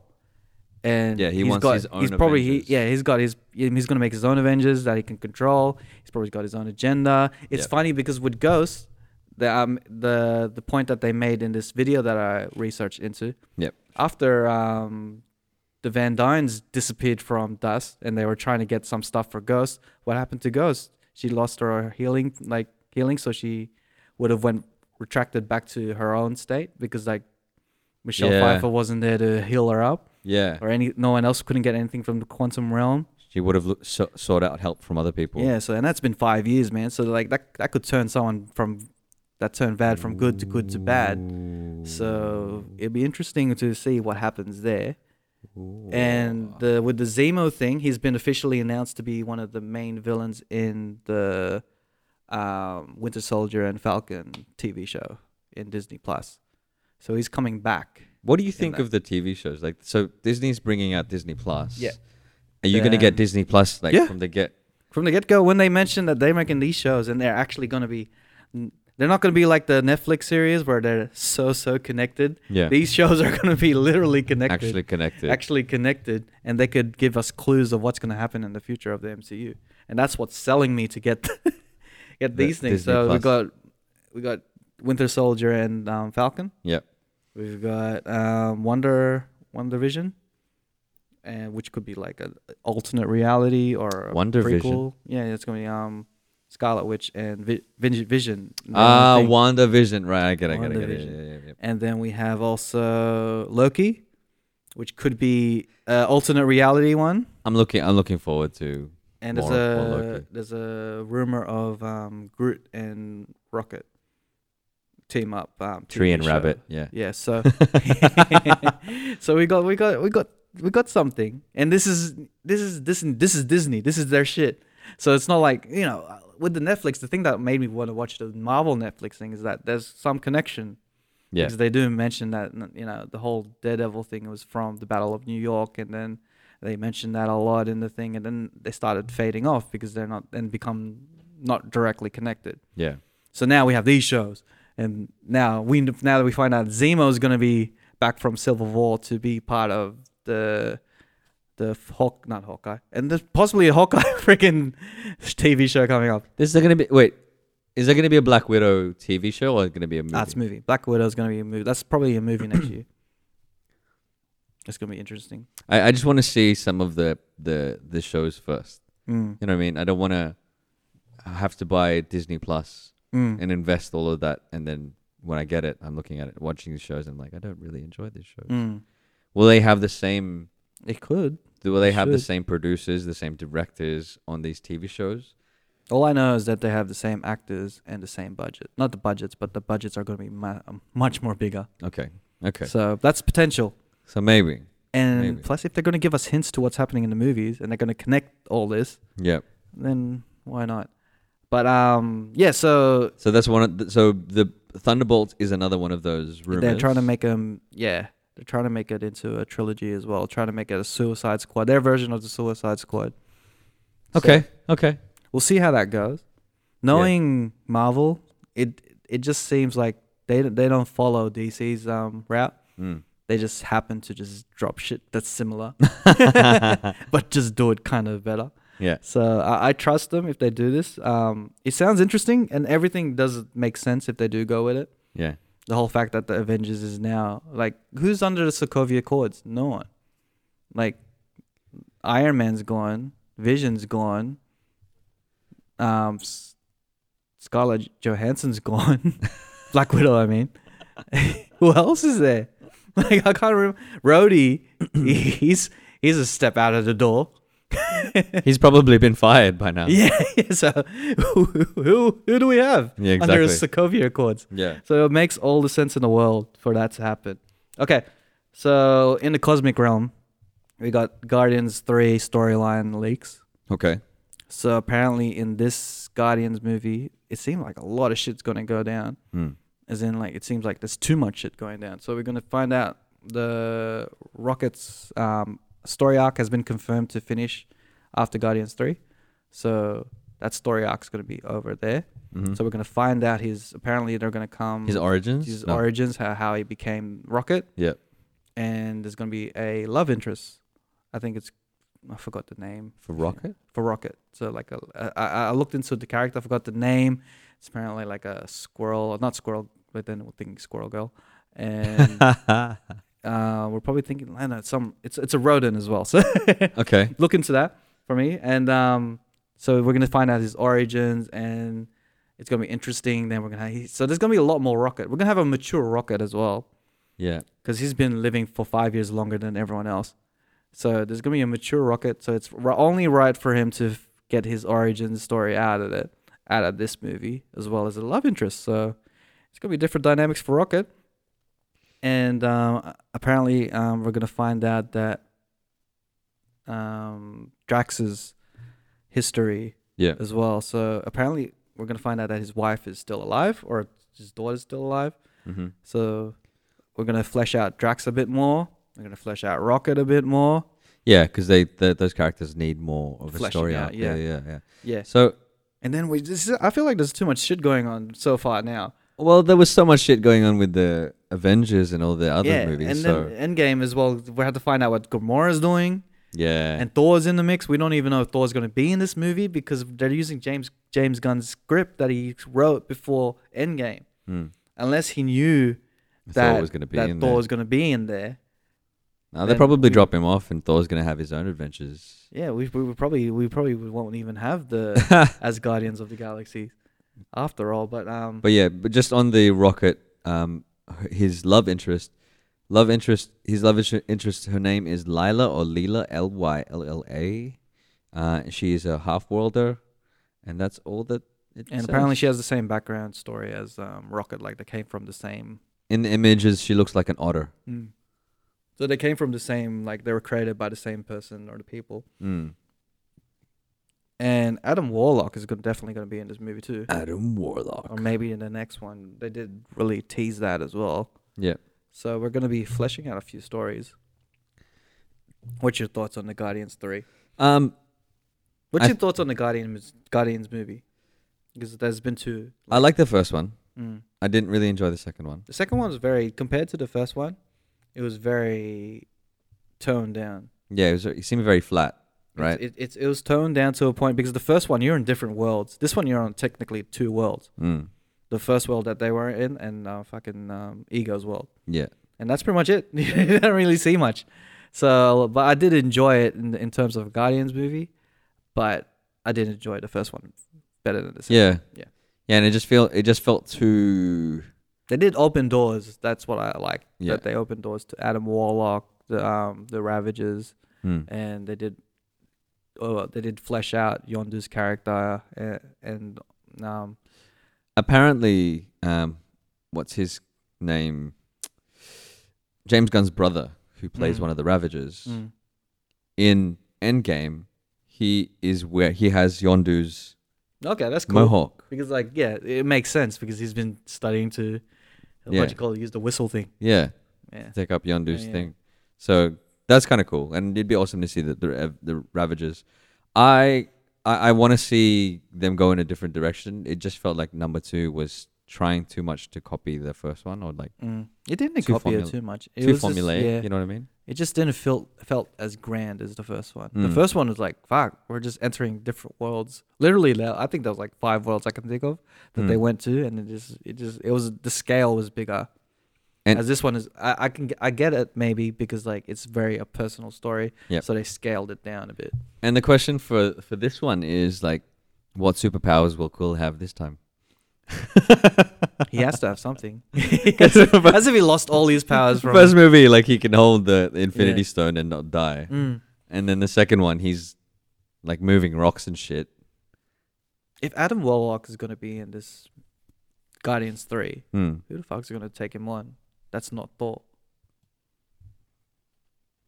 B: And
C: Yeah, he
B: he's
C: wants
B: got,
C: his own
B: He's probably he, yeah, he's got his he's gonna make his own Avengers that he can control. He's probably got his own agenda. It's
C: Yep.
B: funny because with Ghost, the um the the point that they made in this video that I researched into.
C: Yep.
B: After um the Van Dynes disappeared from Dust, and they were trying to get some stuff for Ghost. What happened to Ghost? She lost her healing, like healing, so she would have went retracted back to her own state because like Michelle
C: Yeah.
B: Pfeiffer wasn't there to heal her up,
C: Yeah.
B: or any no one else couldn't get anything from the quantum realm.
C: She would have look, so, sought out help from other people.
B: Yeah, so and that's been five years, man. So like that that could turn someone from that turned bad from good to good to bad. So it'd be interesting to see what happens there. And the with the Zemo thing, he's been officially announced to be one of the main villains in the um, Winter Soldier and Falcon TV show in Disney Plus. So he's coming back.
C: What do you
B: in
C: think
B: that.
C: of the TV shows? Like, so Disney's bringing out Disney Plus.
B: Yeah.
C: Are you gonna
B: Um,
C: get Disney Plus like
B: yeah.
C: from the get?
B: from the get go when they mentioned that they're making these shows and they're actually going to be they're not going to be like the Netflix series where they're so so connected.
C: Yeah.
B: These shows are going to be literally connected.
C: (laughs) Actually connected.
B: Actually connected and they could give us clues of what's going to happen in the future of the MCU. And that's what's selling me to get (laughs) get these things.
C: Disney
B: so we
C: Plus.
B: got we got Winter Soldier and um, Falcon.
C: Yep.
B: We've got um, Wonder Wonder Vision, and which could be like an alternate reality or a
C: Wonder
B: prequel.
C: Vision?
B: Yeah, it's gonna be um Scarlet Witch and Vi- Vin- Vision. They're on
C: Ah,
B: thing.
C: WandaVision. Right, I get it, I get it, I get it.
B: WandaVision.
C: Yeah, yeah, yeah.
B: And then we have also Loki, which could be uh, alternate reality one.
C: I'm looking. I'm looking forward to.
B: And there's
C: more- more Loki.
B: a there's a rumor of um, Groot and Rocket team up. Um,
C: Tree
B: TV
C: and
B: show.
C: Rabbit,
B: (laughs)
C: yeah. (laughs)
B: Yeah. So (laughs) so we got we got we got we got something, and this is this is this this is Disney. This is their shit. So it's not like you know with the Netflix. The thing that made me want to watch the Marvel Netflix thing is that there's some connection.
C: Yeah.
B: Because they do mention that n- you know the whole Daredevil thing was from the Battle of New York, and then they mentioned that a lot in the thing, and then they started fading off because they're not and become not directly connected.
C: Yeah.
B: So now we have these shows, and now we now that we find out Zemo is going to be back from Civil War to be part of the the Hawk, not Hawkeye, and there's possibly a Hawkeye (laughs) freaking TV show coming up.
C: Is there gonna be wait? Is there gonna be a Black Widow TV show or gonna be a movie?
B: That's Ah, movie. Black Widow is going to be a movie. That's probably a movie next (clears throat) year. It's going to be interesting.
C: I, I just want to see some of the the the shows first.
B: Mm.
C: You know what I mean? I don't want to have to buy Disney Plus
B: Mm.
C: and invest all of that, and then when I get it, I'm looking at it, watching the shows, and I'm like, I don't really enjoy these shows.
B: Mm.
C: Will they have the same?
B: It could.
C: Do will they
B: It
C: have the
B: should.
C: same producers, the same directors on these TV shows?
B: All I know is that they have the same actors and the same budget. Not the budgets, but the budgets are going to be ma- much more bigger.
C: Okay. Okay.
B: So that's potential.
C: So maybe.
B: And
C: Maybe.
B: plus, if they're going to give us hints to what's happening in the movies and they're going to connect all this,
C: Yeah.
B: then why not? But um, yeah. So
C: So that's one. Of the, so the Thunderbolt is another one of those rumors.
B: they're trying to make them. Yeah, they're trying to make it into a trilogy as well. Trying to make it a Suicide Squad, their version of the Suicide Squad. So
C: Okay. Okay.
B: we'll see how that goes. Knowing Marvel, it it just seems like they don't- they don't follow DC's um route.
C: Mm.
B: They just happen to just drop shit that's similar, (laughs) but just do it kind of better.
C: Yeah.
B: So I, I trust them if they do this. Um, it sounds interesting, and everything does make sense if they do go with it. (laughs)
C: Yeah.
B: The whole fact that the Avengers is now like who's under the Sokovia Accords? No one. Like Iron Man's gone, Vision's gone, um, S- Scarlett Johansson's gone, (laughs) Black Widow. I mean, (laughs) who else is there? (laughs) Like I can't remember. Rhodey, (clears throat) he's he's a step out of the door.
C: He's probably been fired by now.
B: (laughs) Yeah. So who, who who do we have
C: Yeah,
B: under the
C: exactly.
B: Sokovia Accords?
C: Yeah.
B: So it makes all the sense in the world for that to happen. Okay. So in the cosmic realm, we got Guardians 3 storyline leaks.
C: Okay.
B: So apparently in this Guardians movie, it seemed like a lot of shit's going to go down.
C: Hmm.
B: As in like it seems like there's too much shit going down. So we're going to find out the Rocket's um, story arc has been confirmed to finish after Guardians 3. So that story arc's going to be over there.
C: Mhm.
B: So we're going to find out his apparently they're going to come
C: His origins?
B: his
C: No.
B: origins, how, how he became Rocket,
C: Yeah.
B: and there's gonna be a love interest. I think it's I forgot the name
C: For Rocket?
B: for Rocket. So like a, I, I- I looked into the character, I forgot the name. It's apparently like a squirrel, not squirrel, but then we're thinking squirrel girl, (laughs)
C: (laughs)
B: and uh, we're probably thinking I don't know some. It's it's a rodent as well. (laughs) So
C: Okay.
B: look into that for me, and um, so we're gonna find out his origins and. It's gonna be interesting. Then we're gonna have, so there's gonna be a lot more Rocket. We're gonna have a mature Rocket as well
C: Yeah.
B: because he's been living for five years longer than everyone else. So there's gonna be a mature rocket. So it's r- only right for him to f- get his origin story out of it, out of this movie, as well as a love interest. So it's gonna be different dynamics for Rocket. And um, apparently, um, we're gonna find out that um, Drax's history
C: Yeah.
B: as well. So apparently, we're gonna find out that his wife is still alive, or his daughter's still alive.
C: Mhm.
B: So we're gonna flesh out Drax a bit more. We're gonna flesh out Rocket a bit more.
C: Yeah, because they th- those characters need more of a
B: Fleshing
C: story
B: out,
C: out. Yeah.
B: yeah.
C: yeah, yeah,
B: Yeah.
C: So,
B: And then we this is, I feel like there's too much shit going on so far now.
C: well, there was so much shit going on with the Avengers and all the other
B: yeah.
C: movies.
B: and
C: so,
B: then Endgame as well. We have to find out what Gamora's doing.
C: yeah,
B: And Thor's in the mix. We don't even know if Thor's gonna be in this movie because they're using James James Gunn's script that he wrote before Endgame.
C: Hmm.
B: Unless he knew
C: Thor
B: that
C: was gonna be
B: that
C: in there.
B: Thor's going to be in there.
C: Now they
B: Then
C: probably
B: we-
C: drop him off, and Thor's gonna have his own adventures.
B: Yeah, we, we would probably we probably won't even have the as Guardians of the Galaxy after all. But um,
C: But yeah, but just on the rocket, um, h- his love interest, love interest, his love inter- interest. Her name is Lila or Lila L Y L L A. Uh, she is a half worlder, and that's all that. It
B: and
C: says.
B: apparently she has the same background story as um, Rocket. Like they came from the same.
C: in the images, she looks like an otter.
B: Mm. So they came from the same. Like they were created by the same person or the people.
C: Mm.
B: And Adam Warlock is gonna, definitely going to be in this movie too.
C: Adam Warlock.
B: Or maybe in the next one. They did really tease that as well.
C: Yeah.
B: So we're going to be fleshing out a few stories. What's your thoughts on the Guardians 3?
C: Um,
B: What's
C: I-
B: your thoughts on the Guardians Guardians movie? Because there's been two.
C: I like the first one.
B: Mm.
C: I didn't really enjoy the second one.
B: The second one was very compared to the first one, it was very toned down.
C: Yeah, it, was, it seemed very flat, right?
B: It, it's it was toned down to a point because the first one you're in different worlds. This one you're on technically two worlds.
C: Mm.
B: The first world that they were in and uh, fucking um, Ego's world.
C: Yeah.
B: and that's pretty much it. (laughs) you don't really see much. So, but I did enjoy it in, in terms of Guardians movie, but I did enjoy the first one better than the second.
C: Yeah.
B: yeah.
C: Yeah, and it just feel it just felt too.
B: They did open doors. That's what I like.
C: Yeah.
B: That they opened doors to Adam Warlock, the um, the Ravagers,
C: Hmm.
B: and they did. Oh, they did flesh out Yondu's character and, and um,
C: Apparently, um, what's his name? James Gunn's brother, who plays
B: Mm.
C: one of the Ravagers
B: Mm.
C: in Endgame, he is where he has Yondu's
B: Okay, that's cool.
C: mohawk.
B: Because like, yeah, it makes sense because he's been studying to
C: Yeah.
B: what you call it, use the whistle thing.
C: Yeah,
B: Yeah.
C: take up Yondu's
B: Yeah, yeah.
C: thing. So that's kind of cool, and it'd be awesome to see the the, Rav- the Ravagers. I I, I want to see them go in a different direction. It just felt like number two was trying too much to copy the first one, or like
B: Mm. It didn't
C: Too
B: copy
C: formula-
B: it too much. It
C: too
B: was just-
C: formulaic.
B: yeah.
C: You know what I mean?
B: It just didn't feel felt as grand as the first one. The
C: Mm.
B: first one was like, fuck, we're just entering different worlds. Literally, now I think there was like five worlds I can think of that they
C: Mm.
B: went to, and it just, it just, it was the scale was bigger.
C: And-
B: as this one is, I, I can, I get it maybe because like it's very a personal story,
C: Yep.
B: so they scaled it down a bit.
C: And the question for for this one is like, what superpowers will Quill have this time?
B: He has
C: (laughs)
B: to (laughs) have something. as, if, as if he lost all his powers from.
C: First movie, like he can hold the the Infinity
B: Yeah.
C: Stone and not die,
B: Mm.
C: and then the second one, he's like moving rocks and shit.
B: If Adam Warlock is gonna be in this Guardians three,
C: Hmm.
B: Who the fuck's gonna take him on? That's not Thor.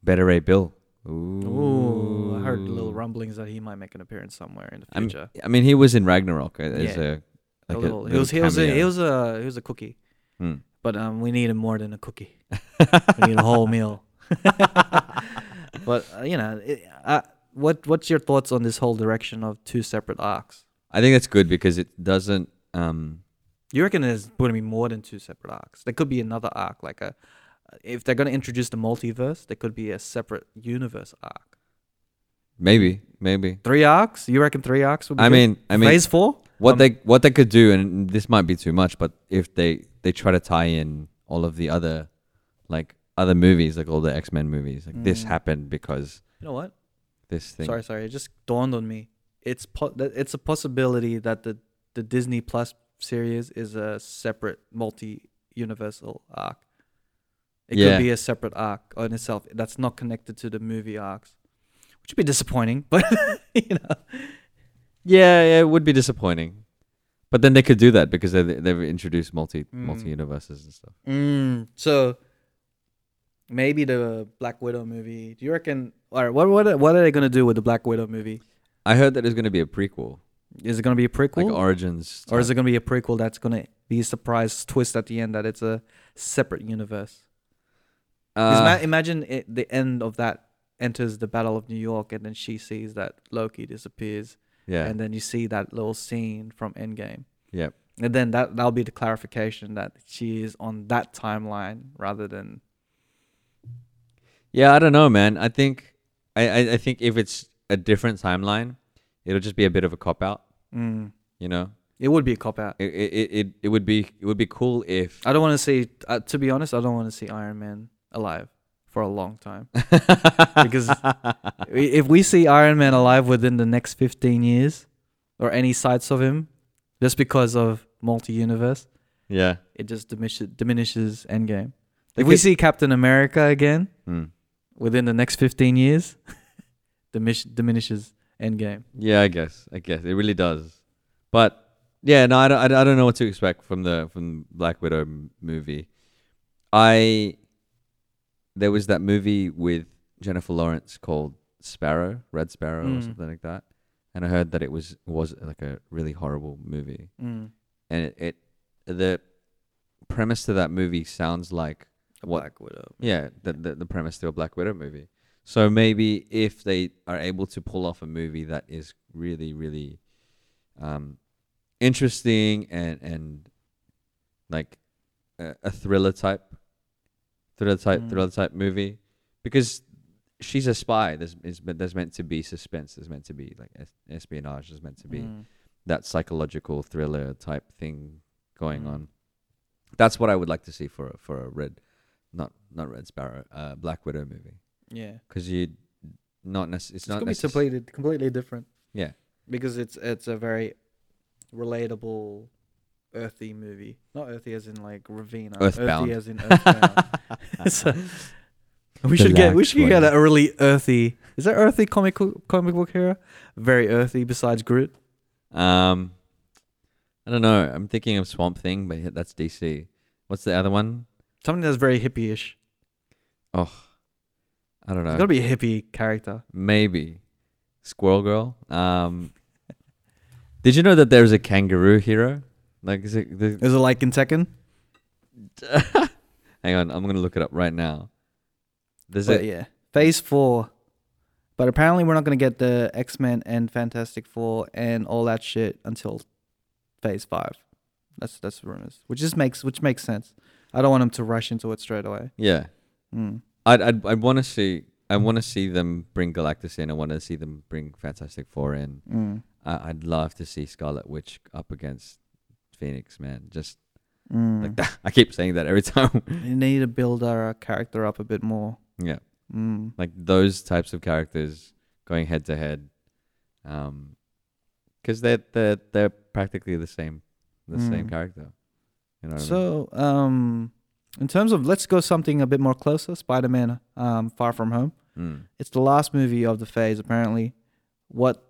C: Better Ray Bill. Ooh.
B: Ooh, I heard little rumblings that he might make an appearance somewhere in the
C: I'm-
B: future.
C: I mean, he was in Ragnarok a- as
B: Yeah.
C: a.
B: A
C: Like a
B: little- he
C: little
B: was he was a, he
C: cameo.
B: was a he was a cookie,
C: Hmm. (laughs)
B: but um, we need him more than a cookie. we need a
C: (laughs)
B: whole meal. (laughs) but uh, you know, it, uh, what what's your thoughts on this whole direction of two separate arcs?
C: I think that's good because it doesn't. Um,
B: You reckon there's going to be more than two separate arcs? There could be another arc, like a if they're going to introduce the multiverse, there could be a separate universe arc.
C: maybe, maybe.
B: Three arcs? You reckon three arcs would be
C: I
B: good?
C: mean- I mean,
B: phase four?
C: What
B: Um,
C: they what they could do, and this might be too much, but if they they try to tie in all of the other, like other movies, like all the X Men movies, like this
B: Mm.
C: happened because
B: You know what?
C: this thing.
B: Sorry, sorry. It just dawned on me. It's po- that- it's a possibility that the the Disney Plus series is a separate multi-universal arc. It
C: Yeah.
B: could be a separate arc on itself that's not connected to the movie arcs, which would be disappointing. (laughs) But you know,
C: Yeah, yeah, it would be disappointing, but then they could do that because they they've introduced multi
B: Mm.
C: multi universes and stuff.
B: Mm, so maybe the Black Widow movie. Do you reckon? All right, what what are- what are they gonna do with the Black Widow movie?
C: I heard that there's going to be a prequel,
B: Is it gonna be a prequel?
C: like Origins,
B: Or is
C: type.
B: it going to be a prequel that's going to be a surprise twist at the end that it's a separate universe? 'Cause
C: Uh,
B: ima- imagine it, the end of that enters the Battle of New York and then she sees that Loki disappears.
C: Yeah.
B: And then you see that little scene from Endgame.
C: Yep.
B: And then that, that'll be the clarification that she is on that timeline rather than.
C: Yeah, I don't know, man. I think I, I, I think if it's a different timeline, it'll just be a bit of a cop out,
B: Mm.
C: you know?
B: It would be a cop out.
C: It, it, it, it would be it would be cool if
B: I don't want to see. Uh, to be honest, I don't want to see Iron Man alive for a long time
C: (laughs)
B: because i- if we see Iron Man alive within the next fifteen years or any sights of him, just because of multi-universe,
C: yeah
B: it just diminishes diminishes Endgame.
C: They
B: If we
C: could-
B: see Captain America again
C: Hmm.
B: within the next fifteen years, (laughs) dimish, diminishes Endgame.
C: Yeah, I guess. I guess it really does. But yeah, no, I don't, I don't- I don't know what to expect from the from Black Widow m- movie. I there was that movie with Jennifer Lawrence called Sparrow, Red Sparrow, or
B: Mm.
C: something like that, and I heard that it was was like a really horrible movie,
B: Mm.
C: and it, it the premise to that movie sounds like what Black
B: Widow.
C: Yeah, the, the the premise to a Black Widow movie. So maybe if they are able to pull off a movie that is really, really um, interesting and and like a, a thriller type, thriller type,
B: Mm.
C: thriller type movie, because she's a spy. There's is, but there's meant to be suspense. There's meant to be like es- espionage. There's meant to be
B: Mm.
C: that psychological thriller type thing going
B: Mm.
C: on. That's what I would like to see for a, for a red, not not Red Sparrow, uh, Black Widow movie.
B: Yeah.
C: because you not necessarily. It's,
B: It's
C: not
B: gonna be
C: necess- (laughs)
B: completely completely different.
C: Yeah.
B: because it's it's a very relatable, earthy movie. Not earthy as in like Ravina.
C: Earthbound.
B: Earthy as in Earthbound.
C: (laughs)
B: So, we
C: The
B: should get we
C: last
B: should get
C: one.
B: a really earthy. Is there earthy comic comic book hero? Very earthy. Besides Groot.
C: Um, I don't know. I'm thinking of Swamp Thing, but yeah, that's DC. What's the other one?
B: Something that's very hippie-ish.
C: Oh, I don't know.
B: It's gotta be a hippie character.
C: Maybe Squirrel Girl. Um, (laughs) did you know that there's a kangaroo hero? Like, is it, the,
B: Is it like in Tekken?
C: hang on, I'm gonna look it up right now. There's
B: But
C: a
B: yeah, Phase Four. But apparently, we're not gonna get the X Men and Fantastic Four and all that shit until Phase Five. That's that's the rumors, which just makes which makes sense. I don't want them to rush into it straight away.
C: yeah.
B: Mm.
C: I'd I'd, I'd want to see I want to see them bring Galactus in. I want to see them bring Fantastic Four in.
B: Mm.
C: I, I'd love to see Scarlet Witch up against Phoenix, man. Just like
B: Mm.
C: that. (laughs) I keep saying that every time.
B: You need to build our character up a bit more.
C: yeah,
B: Mm.
C: like those types of characters going head to head, um, because they're they're they're practically the same, the same
B: Mm.
C: character. You know what I mean?
B: So, um, in terms of let's go something a bit more closer, Spider Man, um, Far From Home.
C: Mm.
B: It's the last movie of the phase, apparently. What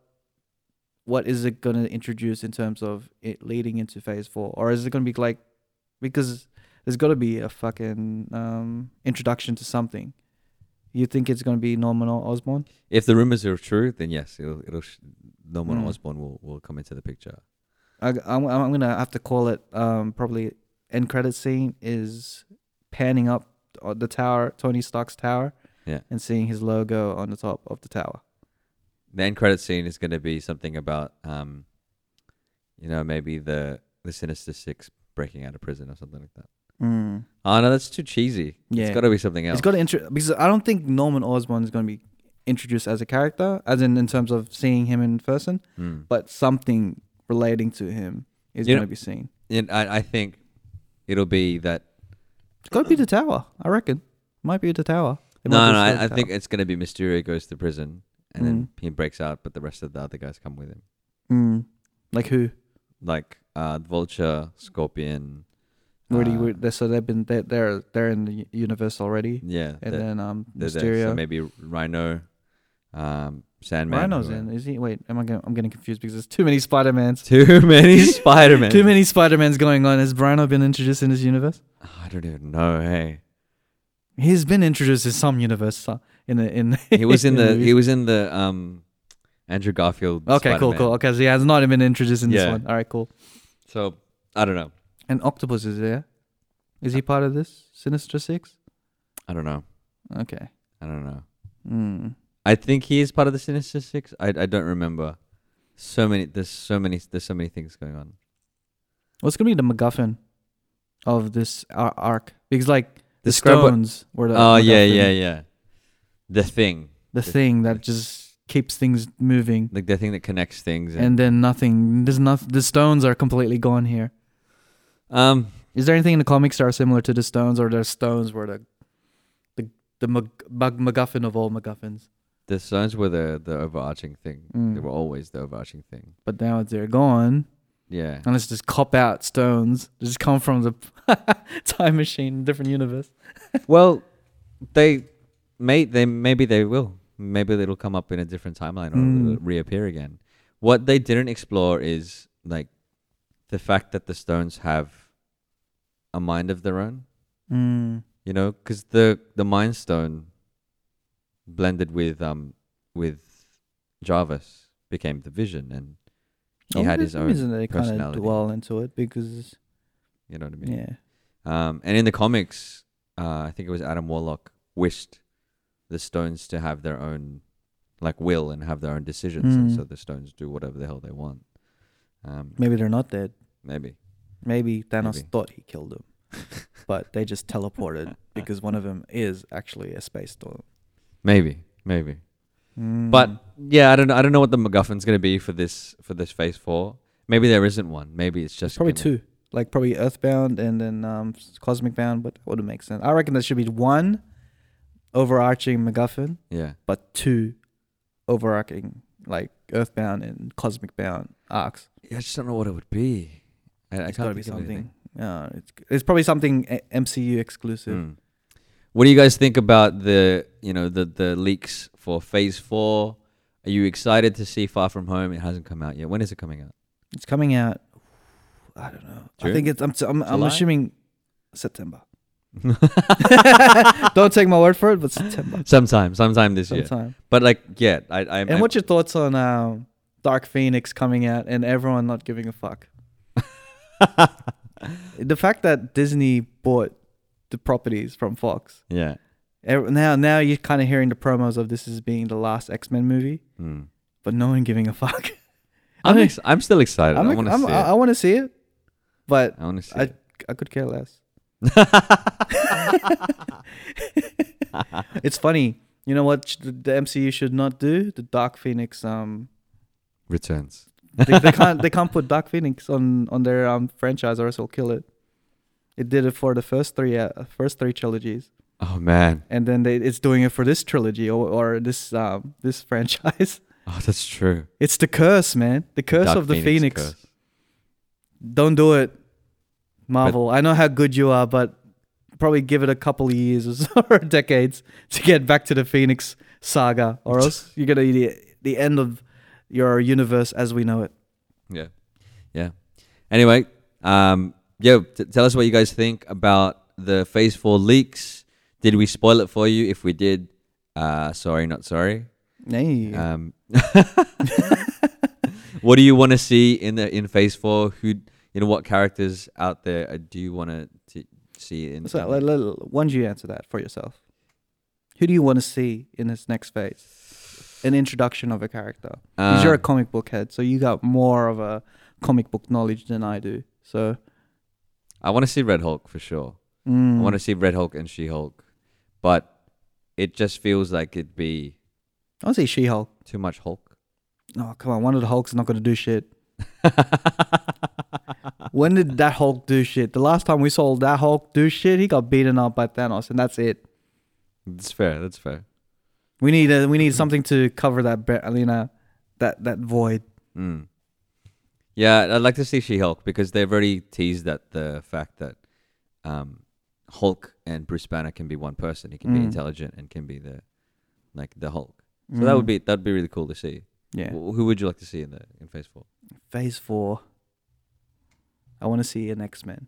B: what is it going to introduce in terms of it leading into phase four, or is it going to be like because there's got to be a fucking um, introduction to something? You think it's going to be Norman O- Osborn?
C: If the rumors are true, then yes, it'll it'll sh- Norman
B: Mm.
C: Osborn will will come into the picture.
B: I, am I'm going to have to call it um, probably end credit scene is panning up on the tower, Tony Stark's tower,
C: Yeah.
B: and seeing his logo on the top of the tower.
C: the end credit scene is going to be something about um you know maybe the the sinister six breaking out of prison or something like that
B: Mm.
C: oh no that's too cheesy
B: Yeah.
C: it's got to be something else
B: It's got to intro because I don't think Norman Osborn is going to be introduced as a character, as in in terms of seeing him in person,
C: Mm.
B: but something relating to him is
C: You
B: going to
C: know-
B: be seen.
C: and I, I think it'll be that
B: It's got to be the tower, I reckon. Might be the tower. It
C: no
B: might be
C: no
B: the
C: I, I
B: tower.
C: think it's going to be mysterio goes to prison and then he breaks out but the rest of the other guys come with him
B: Mm. like who?
C: like uh vulture scorpion
B: Already,
C: uh,
B: we- they- so they've been they're they're, they're in the u- universe already,
C: yeah
B: and
C: they're-
B: then um
C: they're there.
B: Mysterio.
C: so maybe rhino um sandman
B: Rhino's
C: whoever.
B: in, is he? Wait, am I? Getting, I'm getting confused because there's too many Spider
C: (laughs)
B: Mans.
C: too
B: (laughs)
C: many spider-man
B: Too many Spider Mans going on. Has Rhino been introduced in this universe?
C: i don't even know
B: (laughs)
C: hey
B: He's been introduced in some universe so- in the in.
C: He
B: (laughs)
C: was in the
B: movies.
C: he was in the um Andrew Garfield.
B: Okay, cool,
C: Spider-Man.
B: cool. Okay, so he has not been introduced in this
C: Yeah.
B: one. All right, cool.
C: So I don't know.
B: And Octopus is there. Is he part of this Sinister Six?
C: I don't know.
B: Okay.
C: I don't know.
B: Hmm.
C: I think he is part of the Sinister Six. I I don't remember. So many there's so many there's so many things going on.
B: What's gonna be the MacGuffin of this ar- arc? Because like the,
C: The Scrabble-
B: stones were the
C: oh yeah,
B: MacGuffin.
C: yeah, yeah. The thing.
B: the thing that just keeps things moving.
C: Like the thing that connects things.
B: And then nothing. There's nothing. The stones are completely gone here.
C: Um,
B: is there anything in the comics that are similar to the stones, or the stones were the the the Mc, Mc, MacGuffin of all MacGuffins?
C: the stones were the the overarching thing. They
B: Mm.
C: were always the overarching thing.
B: But now it's they're gone.
C: Yeah.
B: Unless just cop out stones, they just come from the (laughs) time machine, different universe.
C: well, they may they maybe they will. Maybe it'll come up in a different timeline or
B: Mm.
C: it'll reappear again. What they didn't explore is like the fact that the stones have a mind of their own.
B: Mm.
C: You know, because the the mind stone blended with um with Jarvis became the Vision, and he had his own
B: Oh, Isn't they kind of
C: personality.
B: dwell into it because
C: You know what I mean?
B: Yeah.
C: Um, and in the comics, uh, I think it was Adam Warlock wished the stones to have their own like will and have their own decisions, and
B: Mm.
C: so the stones do whatever the hell they want. Um,
B: maybe they're not dead.
C: maybe. (laughs)
B: Maybe Thanos
C: Maybe.
B: thought he killed them, but they just teleported because one of them is actually a space Mm. storm.
C: Maybe, maybe. But yeah, I don't know. I don't know what the MacGuffin's gonna be for this for this Phase Four. Maybe there isn't one. Maybe it's just
B: Probably
C: gonna-
B: two, like probably Earthbound and then um, Cosmic Bound, but that wouldn't make sense. I reckon there should be one overarching MacGuffin,
C: Yeah.
B: but two overarching like Earthbound and Cosmic Bound arcs.
C: Yeah, I just don't know what it would be. I, I
B: it's
C: can't
B: gotta be
C: think of anything.
B: something. Uh, it's it's probably something uh, MCU exclusive.
C: Mm. What do you guys think about the you know the the leaks for Phase Four? Are you excited to see Far From Home? It hasn't come out yet. When is it coming out?
B: It's coming out. I don't know.
C: June?
B: I think it's. I'm. I'm, I'm
C: July?
B: assuming (laughs) September. don't take my word for it, but September.
C: Sometime, sometime this year.
B: Sometime.
C: But like, yeah, I I, I
B: and what's your thoughts on um, Dark Phoenix coming out and everyone not giving
C: (laughs)
B: a fuck? the fact that Disney bought the properties from Fox.
C: Yeah.
B: Ev- Now, now you're kind of hearing the promos of this as being the last X Men movie,
C: Mm.
B: but no one giving a fuck.
C: I'm ex- I'm still excited.
B: I'm
C: I
B: ex-
C: want to
B: I'm-
C: see
B: I,
C: it.
B: want to see it, but
C: I wanna see
B: I, (laughs)
C: it. (laughs)
B: I could care less. it's funny. You know what sh- the the MCU should not do? The Dark Phoenix. Um,
C: Returns.
B: they, they can't. They can't put Dark Phoenix on on their um franchise, or else it'll kill it. It did it for the first three uh, first three trilogies,
C: Oh man,
B: and then they, it's doing it for this trilogy or, or this um this (laughs) franchise.
C: oh that's true.
B: It's the curse, man. The curse
C: Dark
B: of the
C: Phoenix
B: Phoenix. Don't do it, Marvel. I know how good you are, but probably give it a couple of years or so, (laughs) or decades to get back to the Phoenix saga, or else you're gonna be the, the end of your universe as we know it.
C: Yeah, yeah. Anyway, um, yo, t- tell us what you guys think about the Phase Four leaks. Did we spoil it for you? If we did, uh, sorry, not sorry.
B: Nay.
C: Um, (laughs) what do you want to see in the in Phase Four? Who, you know, what characters out there uh, do you want to see in?
B: So,
C: in-
B: let, let, why don't you answer that for yourself? Who do you want to see in this next phase? An introduction of a character. 'Cause you're
C: Uh,
B: a comic book head, so you got more of a comic book knowledge than I do. So
C: I want to see Red Hulk for sure. I
B: Mm.
C: want to see Red Hulk and She Hulk, but it just feels like it'd be
B: I want to see She-Hulk.
C: too much Hulk.
B: Oh come on, one of the Hulks not gonna do shit. when did that Hulk do shit? The last time we saw that Hulk do shit, he got beaten up by Thanos, and that's it.
C: That's fair. That's fair.
B: We need a, we need something to cover that ba- you know that that void.
C: Mm. Yeah, I'd like to see She Hulk because they've already teased that the fact that um, Hulk and Bruce Banner can be one person. He can be
B: Mm.
C: intelligent and can be the like the Hulk. So that would
B: Mm.
C: be that'd be really cool to see.
B: Yeah.
C: Wh- who would you like to see in the in Phase Four?
B: Phase four. I want to see an X Men.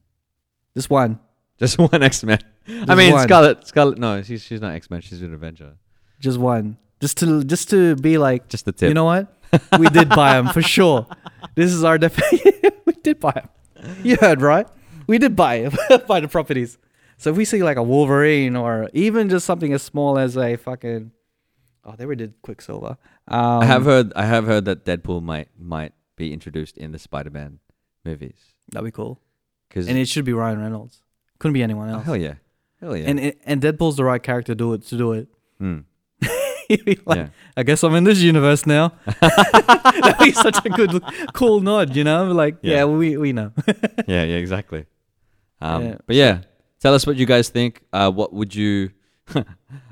B: Just one.
C: Just (laughs) one X Men. I
B: Just
C: mean,
B: one.
C: Scarlet. Scarlet. No, she's she's not X Men. She's an Avenger.
B: Just one. Just to just to be like.
C: Just the tip. (laughs)
B: You know what? We did buy him for sure. This is our def. (laughs) we did buy him. You heard right? We did buy him (laughs) buy the properties. So if we see like a Wolverine or even just something as small as a fucking. Oh, they already did Quicksilver. Um,
C: I have heard. I have heard that Deadpool might might be introduced in the Spider Man movies.
B: That'd be cool.
C: 'Cause-
B: and it should be Ryan Reynolds. Couldn't be anyone else.
C: hell yeah. Hell yeah.
B: And and Deadpool's the right character to do it. To do it.
C: Mm.
B: He'd be (laughs) like, I guess I'm in this universe now. (laughs) That'd be such a good, cool nod, you know? Like, yeah,
C: Yeah.
B: we, we know. (laughs)
C: yeah, yeah, exactly. Um,
B: Yeah.
C: But yeah, tell us what you guys think. Uh, what would you? (laughs)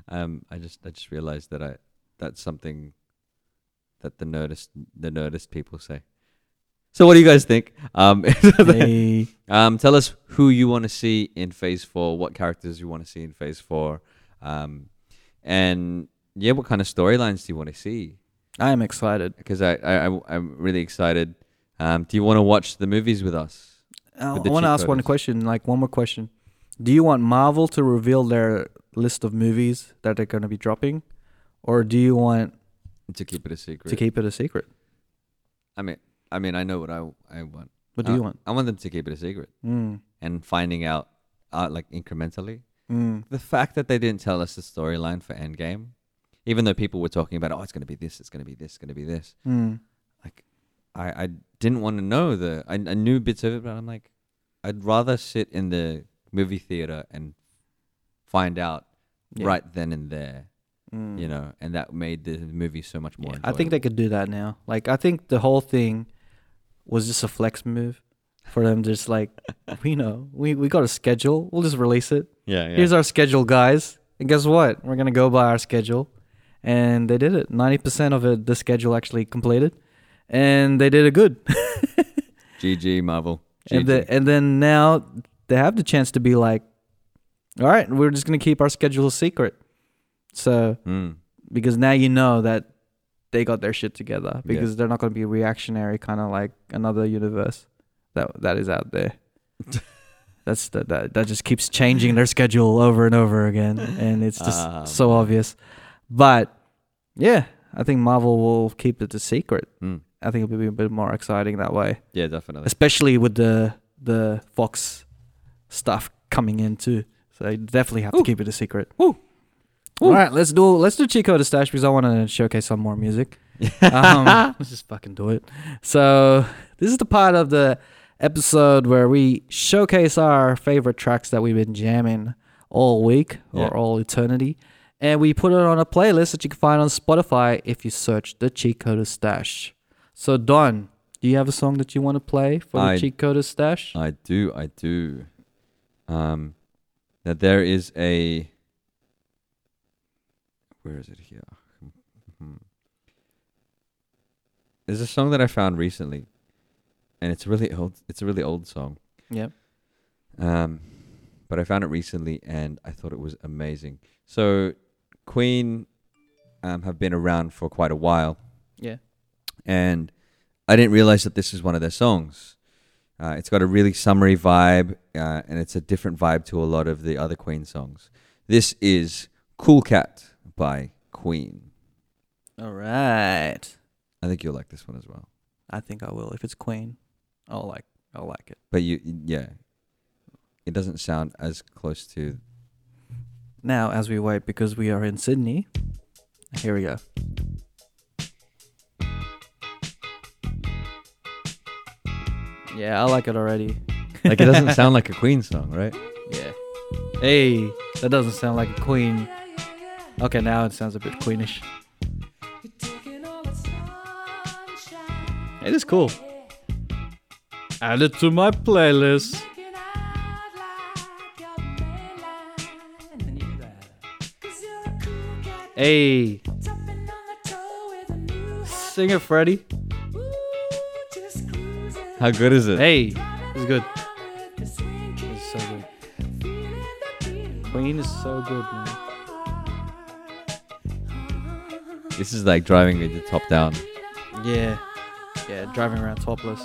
C: um, I just I just realized that I that's something that the nerdist the nerdist people say. So what do you guys think? Um, (laughs)
B: Hey.
C: um, tell us who you want to see in Phase Four. What characters you want to see in Phase Four, um, and yeah, what kind of storylines do you want to see?
B: I am excited
C: because I, I I am really excited. Um, do you want to watch the movies with us?
B: Uh, I
C: With the
B: want to
C: cheat
B: ask one
C: codes?
B: question, like one more question. Do you want Marvel to reveal their list of movies that they're going to be dropping, or do you want
C: to keep it a secret?
B: to keep it a secret?
C: I mean, I mean, I know what I I want.
B: What do
C: I-
B: you want?
C: I want them to keep it a secret
B: Mm.
C: and finding out, uh, like incrementally.
B: Mm.
C: The fact that they didn't tell us the storyline for Endgame, even though people were talking about, oh, it's gonna be this, it's gonna be this, it's gonna be this.
B: Mm.
C: Like, I I didn't want to know the I, I knew bits of it, but I'm like, I'd rather sit in the movie theater and find out
B: Yeah.
C: right then and there.
B: Mm.
C: You know, and that made the movie so much more.
B: I think
C: enjoyable.
B: they could do that now. Like I think the whole thing was just a flex move for them. Just like we know, we we got a schedule. We'll just release it.
C: Yeah, yeah.
B: Here's our schedule, guys. And guess what? We're gonna go by our schedule, and they did it. Ninety percent of it, the schedule actually completed, and they did it good. (laughs)
C: GG Marvel.
B: and the, and then now they have the chance to be like, all right, we're just gonna keep our schedule a secret. So
C: Mm.
B: because now you know that they got their shit together
C: Yeah.
B: because they're not gonna be reactionary, kind of like another universe that that is
C: (laughs)
B: out there. That's that, that that just keeps changing their schedule over and over again, and it's just
C: Ah,
B: so obvious. But yeah, I think Marvel will keep it a secret.
C: Mm.
B: I think it'll be a bit more exciting that way.
C: Yeah, (laughs) definitely.
B: Especially with the the Fox stuff coming in too. So you definitely have to keep it a secret. All right, let's do let's do Chico to stash because I want to showcase some more music.
C: Uh-huh.
B: um,
C: (laughs)
B: let's just fucking do it. So this is the part of the episode where we showcase our favorite tracks that we've been jamming all week
C: Yeah.
B: or all eternity, and we put it on a playlist that you can find on Spotify if you search the Chico to stash. So Don, do you have a song that you want to play for the
C: I- Uh.
B: Chico to stash?
C: I do, I do. Um, that there is a. Where is it here? Hmm. There's a song that I found recently, and it's really old. It's a really old song.
B: Yep.
C: Um, but I found it recently, and I thought it was amazing. So, Queen, um, have been around for quite a while.
B: Yeah.
C: and I didn't realize that this is one of their songs. Uh, it's got a really summery vibe, uh, and it's a different vibe to a lot of the other Queen songs. This is Cool Cat by Queen.
B: All right,
C: I think you'll like this one as well.
B: I think I will. If it's Queen, I'll like I'll like it.
C: But you, yeah, it doesn't sound as close to.
B: Now, as we wait, because we are in Sydney, here we go. Yeah, I like it already.
C: Like it
B: (laughs)
C: (laughs) doesn't sound like a Queen song, right?
B: Yeah. Hey, that doesn't sound like a queen. Okay, now it sounds a bit queenish. It is cool. Add it to my playlist. Hey. Sing it, Freddy.
C: How good is it?
B: Hey, it's good. It's so good. Queen is so good, man.
C: This is like driving with the top down.
B: Yeah. Yeah, driving around topless.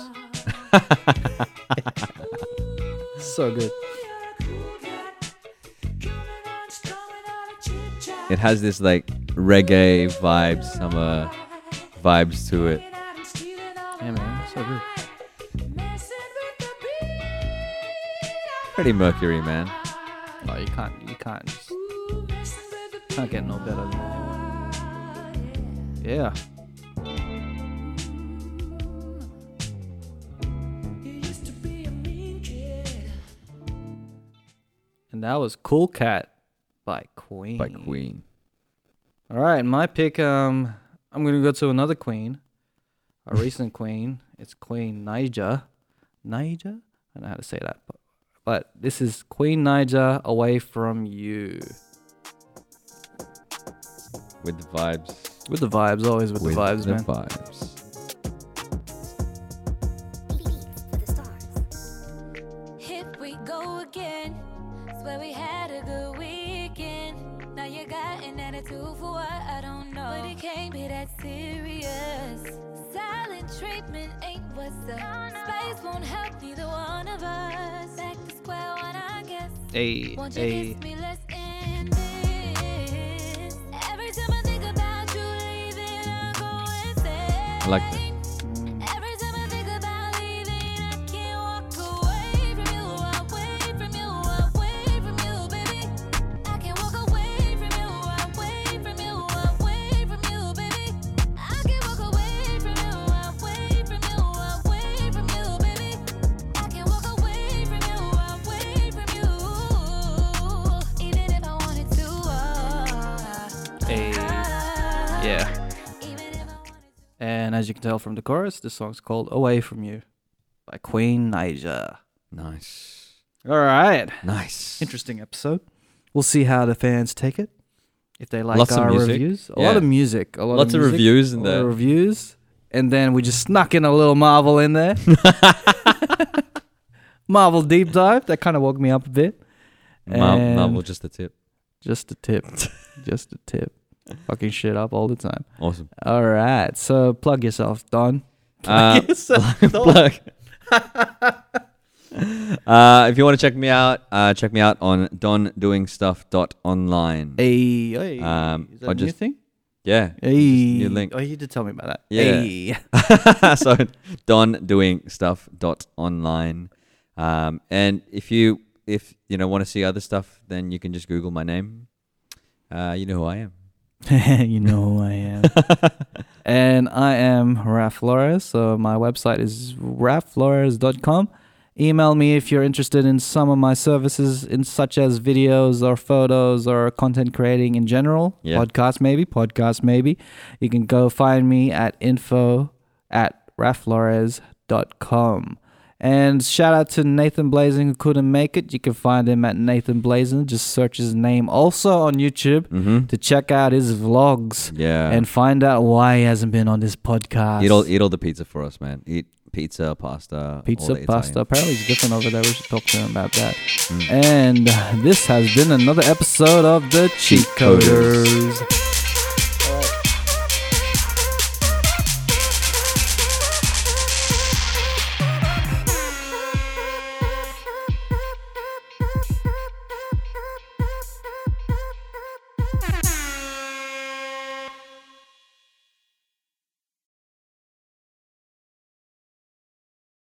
B: so good.
C: It has this like reggae vibe, summer vibes to it.
B: Yeah, man. So good.
C: Pretty Mercury, man.
B: Oh, you can't, you can't, just, can't get no better than that. Yeah. And that was Cool Cat by Queen.
C: By Queen.
B: All right, my pick. Um, I'm gonna go to another queen,
C: (laughs)
B: a recent queen. It's Queen Niger. Niger. I don't know how to say that, but, but this is Queen Niger away from you.
C: With the vibes.
B: With the vibes, always with,
C: With
B: the vibes,
C: the
B: man.
C: vibes.
J: Here we go again. Swear we had a good weekend. Now you got an attitude for what I don't know. But it can't be that serious. Silent treatment ain't what's up. Space won't help neither one of us. Back to square one, I guess.
B: Hey,
J: Won't you
B: hey.
J: kiss me? Let's end this. Every time I think about you leaving, I go insane.
C: I like that.
J: Every time I think about leaving, I can't walk away from you, away from you, away from you, baby. I can't walk away from you, away from you, away from you, baby. I can't walk away from you, away from you, away from you, baby. I can't walk away from you, away from you, even if I wanted to. uh,
B: Hey. Yeah. And as you can tell from the chorus, this song's called Away From You by Queen Niger.
C: Nice.
B: All right.
C: Nice.
B: Interesting episode. We'll see how the fans take it. If they like
C: Lots of
B: our
C: music.
B: reviews. A
C: Yeah.
B: lot of music. A lot
C: Lots
B: of,
C: of
B: music,
C: reviews in
B: a lot
C: (laughs)
B: of
C: there.
B: reviews. And then we just snuck in a little Marvel
C: (laughs)
B: in there. Marvel deep dive. That kind of woke me up a bit.
C: Mar-
B: And-
C: Marvel, just the tip.
B: just a tip. (laughs) just a tip. Fucking shit up all the time.
C: Awesome.
B: (laughs) All right. So plug yourself, Don.
C: Uh, (laughs) plug. Uh, if you want to check me out, uh, check me out on dondoingstuff.online.
B: Hey, hey.
C: Um,
B: Is that
C: or
B: a new
C: just-
B: thing?
C: Yeah. just
B: Hey.
C: New link.
B: Oh, you did tell me about that.
C: Yeah. (laughs) so dondoingstuff.online. Um, and if you if you know want to see other stuff, then you can just Google my name. Uh, you know who I am.
B: Hey. (laughs) you know who I am. and I am Raf Flores. So my website is rafflores.com. Email me if you're interested in some of my services, in such as videos or photos or content creating in general.
C: Yeah.
B: Podcast maybe, podcast maybe. You can go find me at info at rafflores.com. And shout out to Nathan Blazing who couldn't make it. You can find him at Nathan Blazing. Just search his name also on YouTube to check out his vlogs
C: Mm-hmm. Yeah.
B: and find out why he hasn't been on this podcast.
C: Eat all eat all the pizza for us, man. Eat pizza, pasta, all
B: Pizza,
C: the
B: pasta.
C: Italian.
B: Apparently, it's different over there. We should talk to him about that.
C: Mm.
B: And this has been another episode of the Cheat
C: Coders.
B: Coders.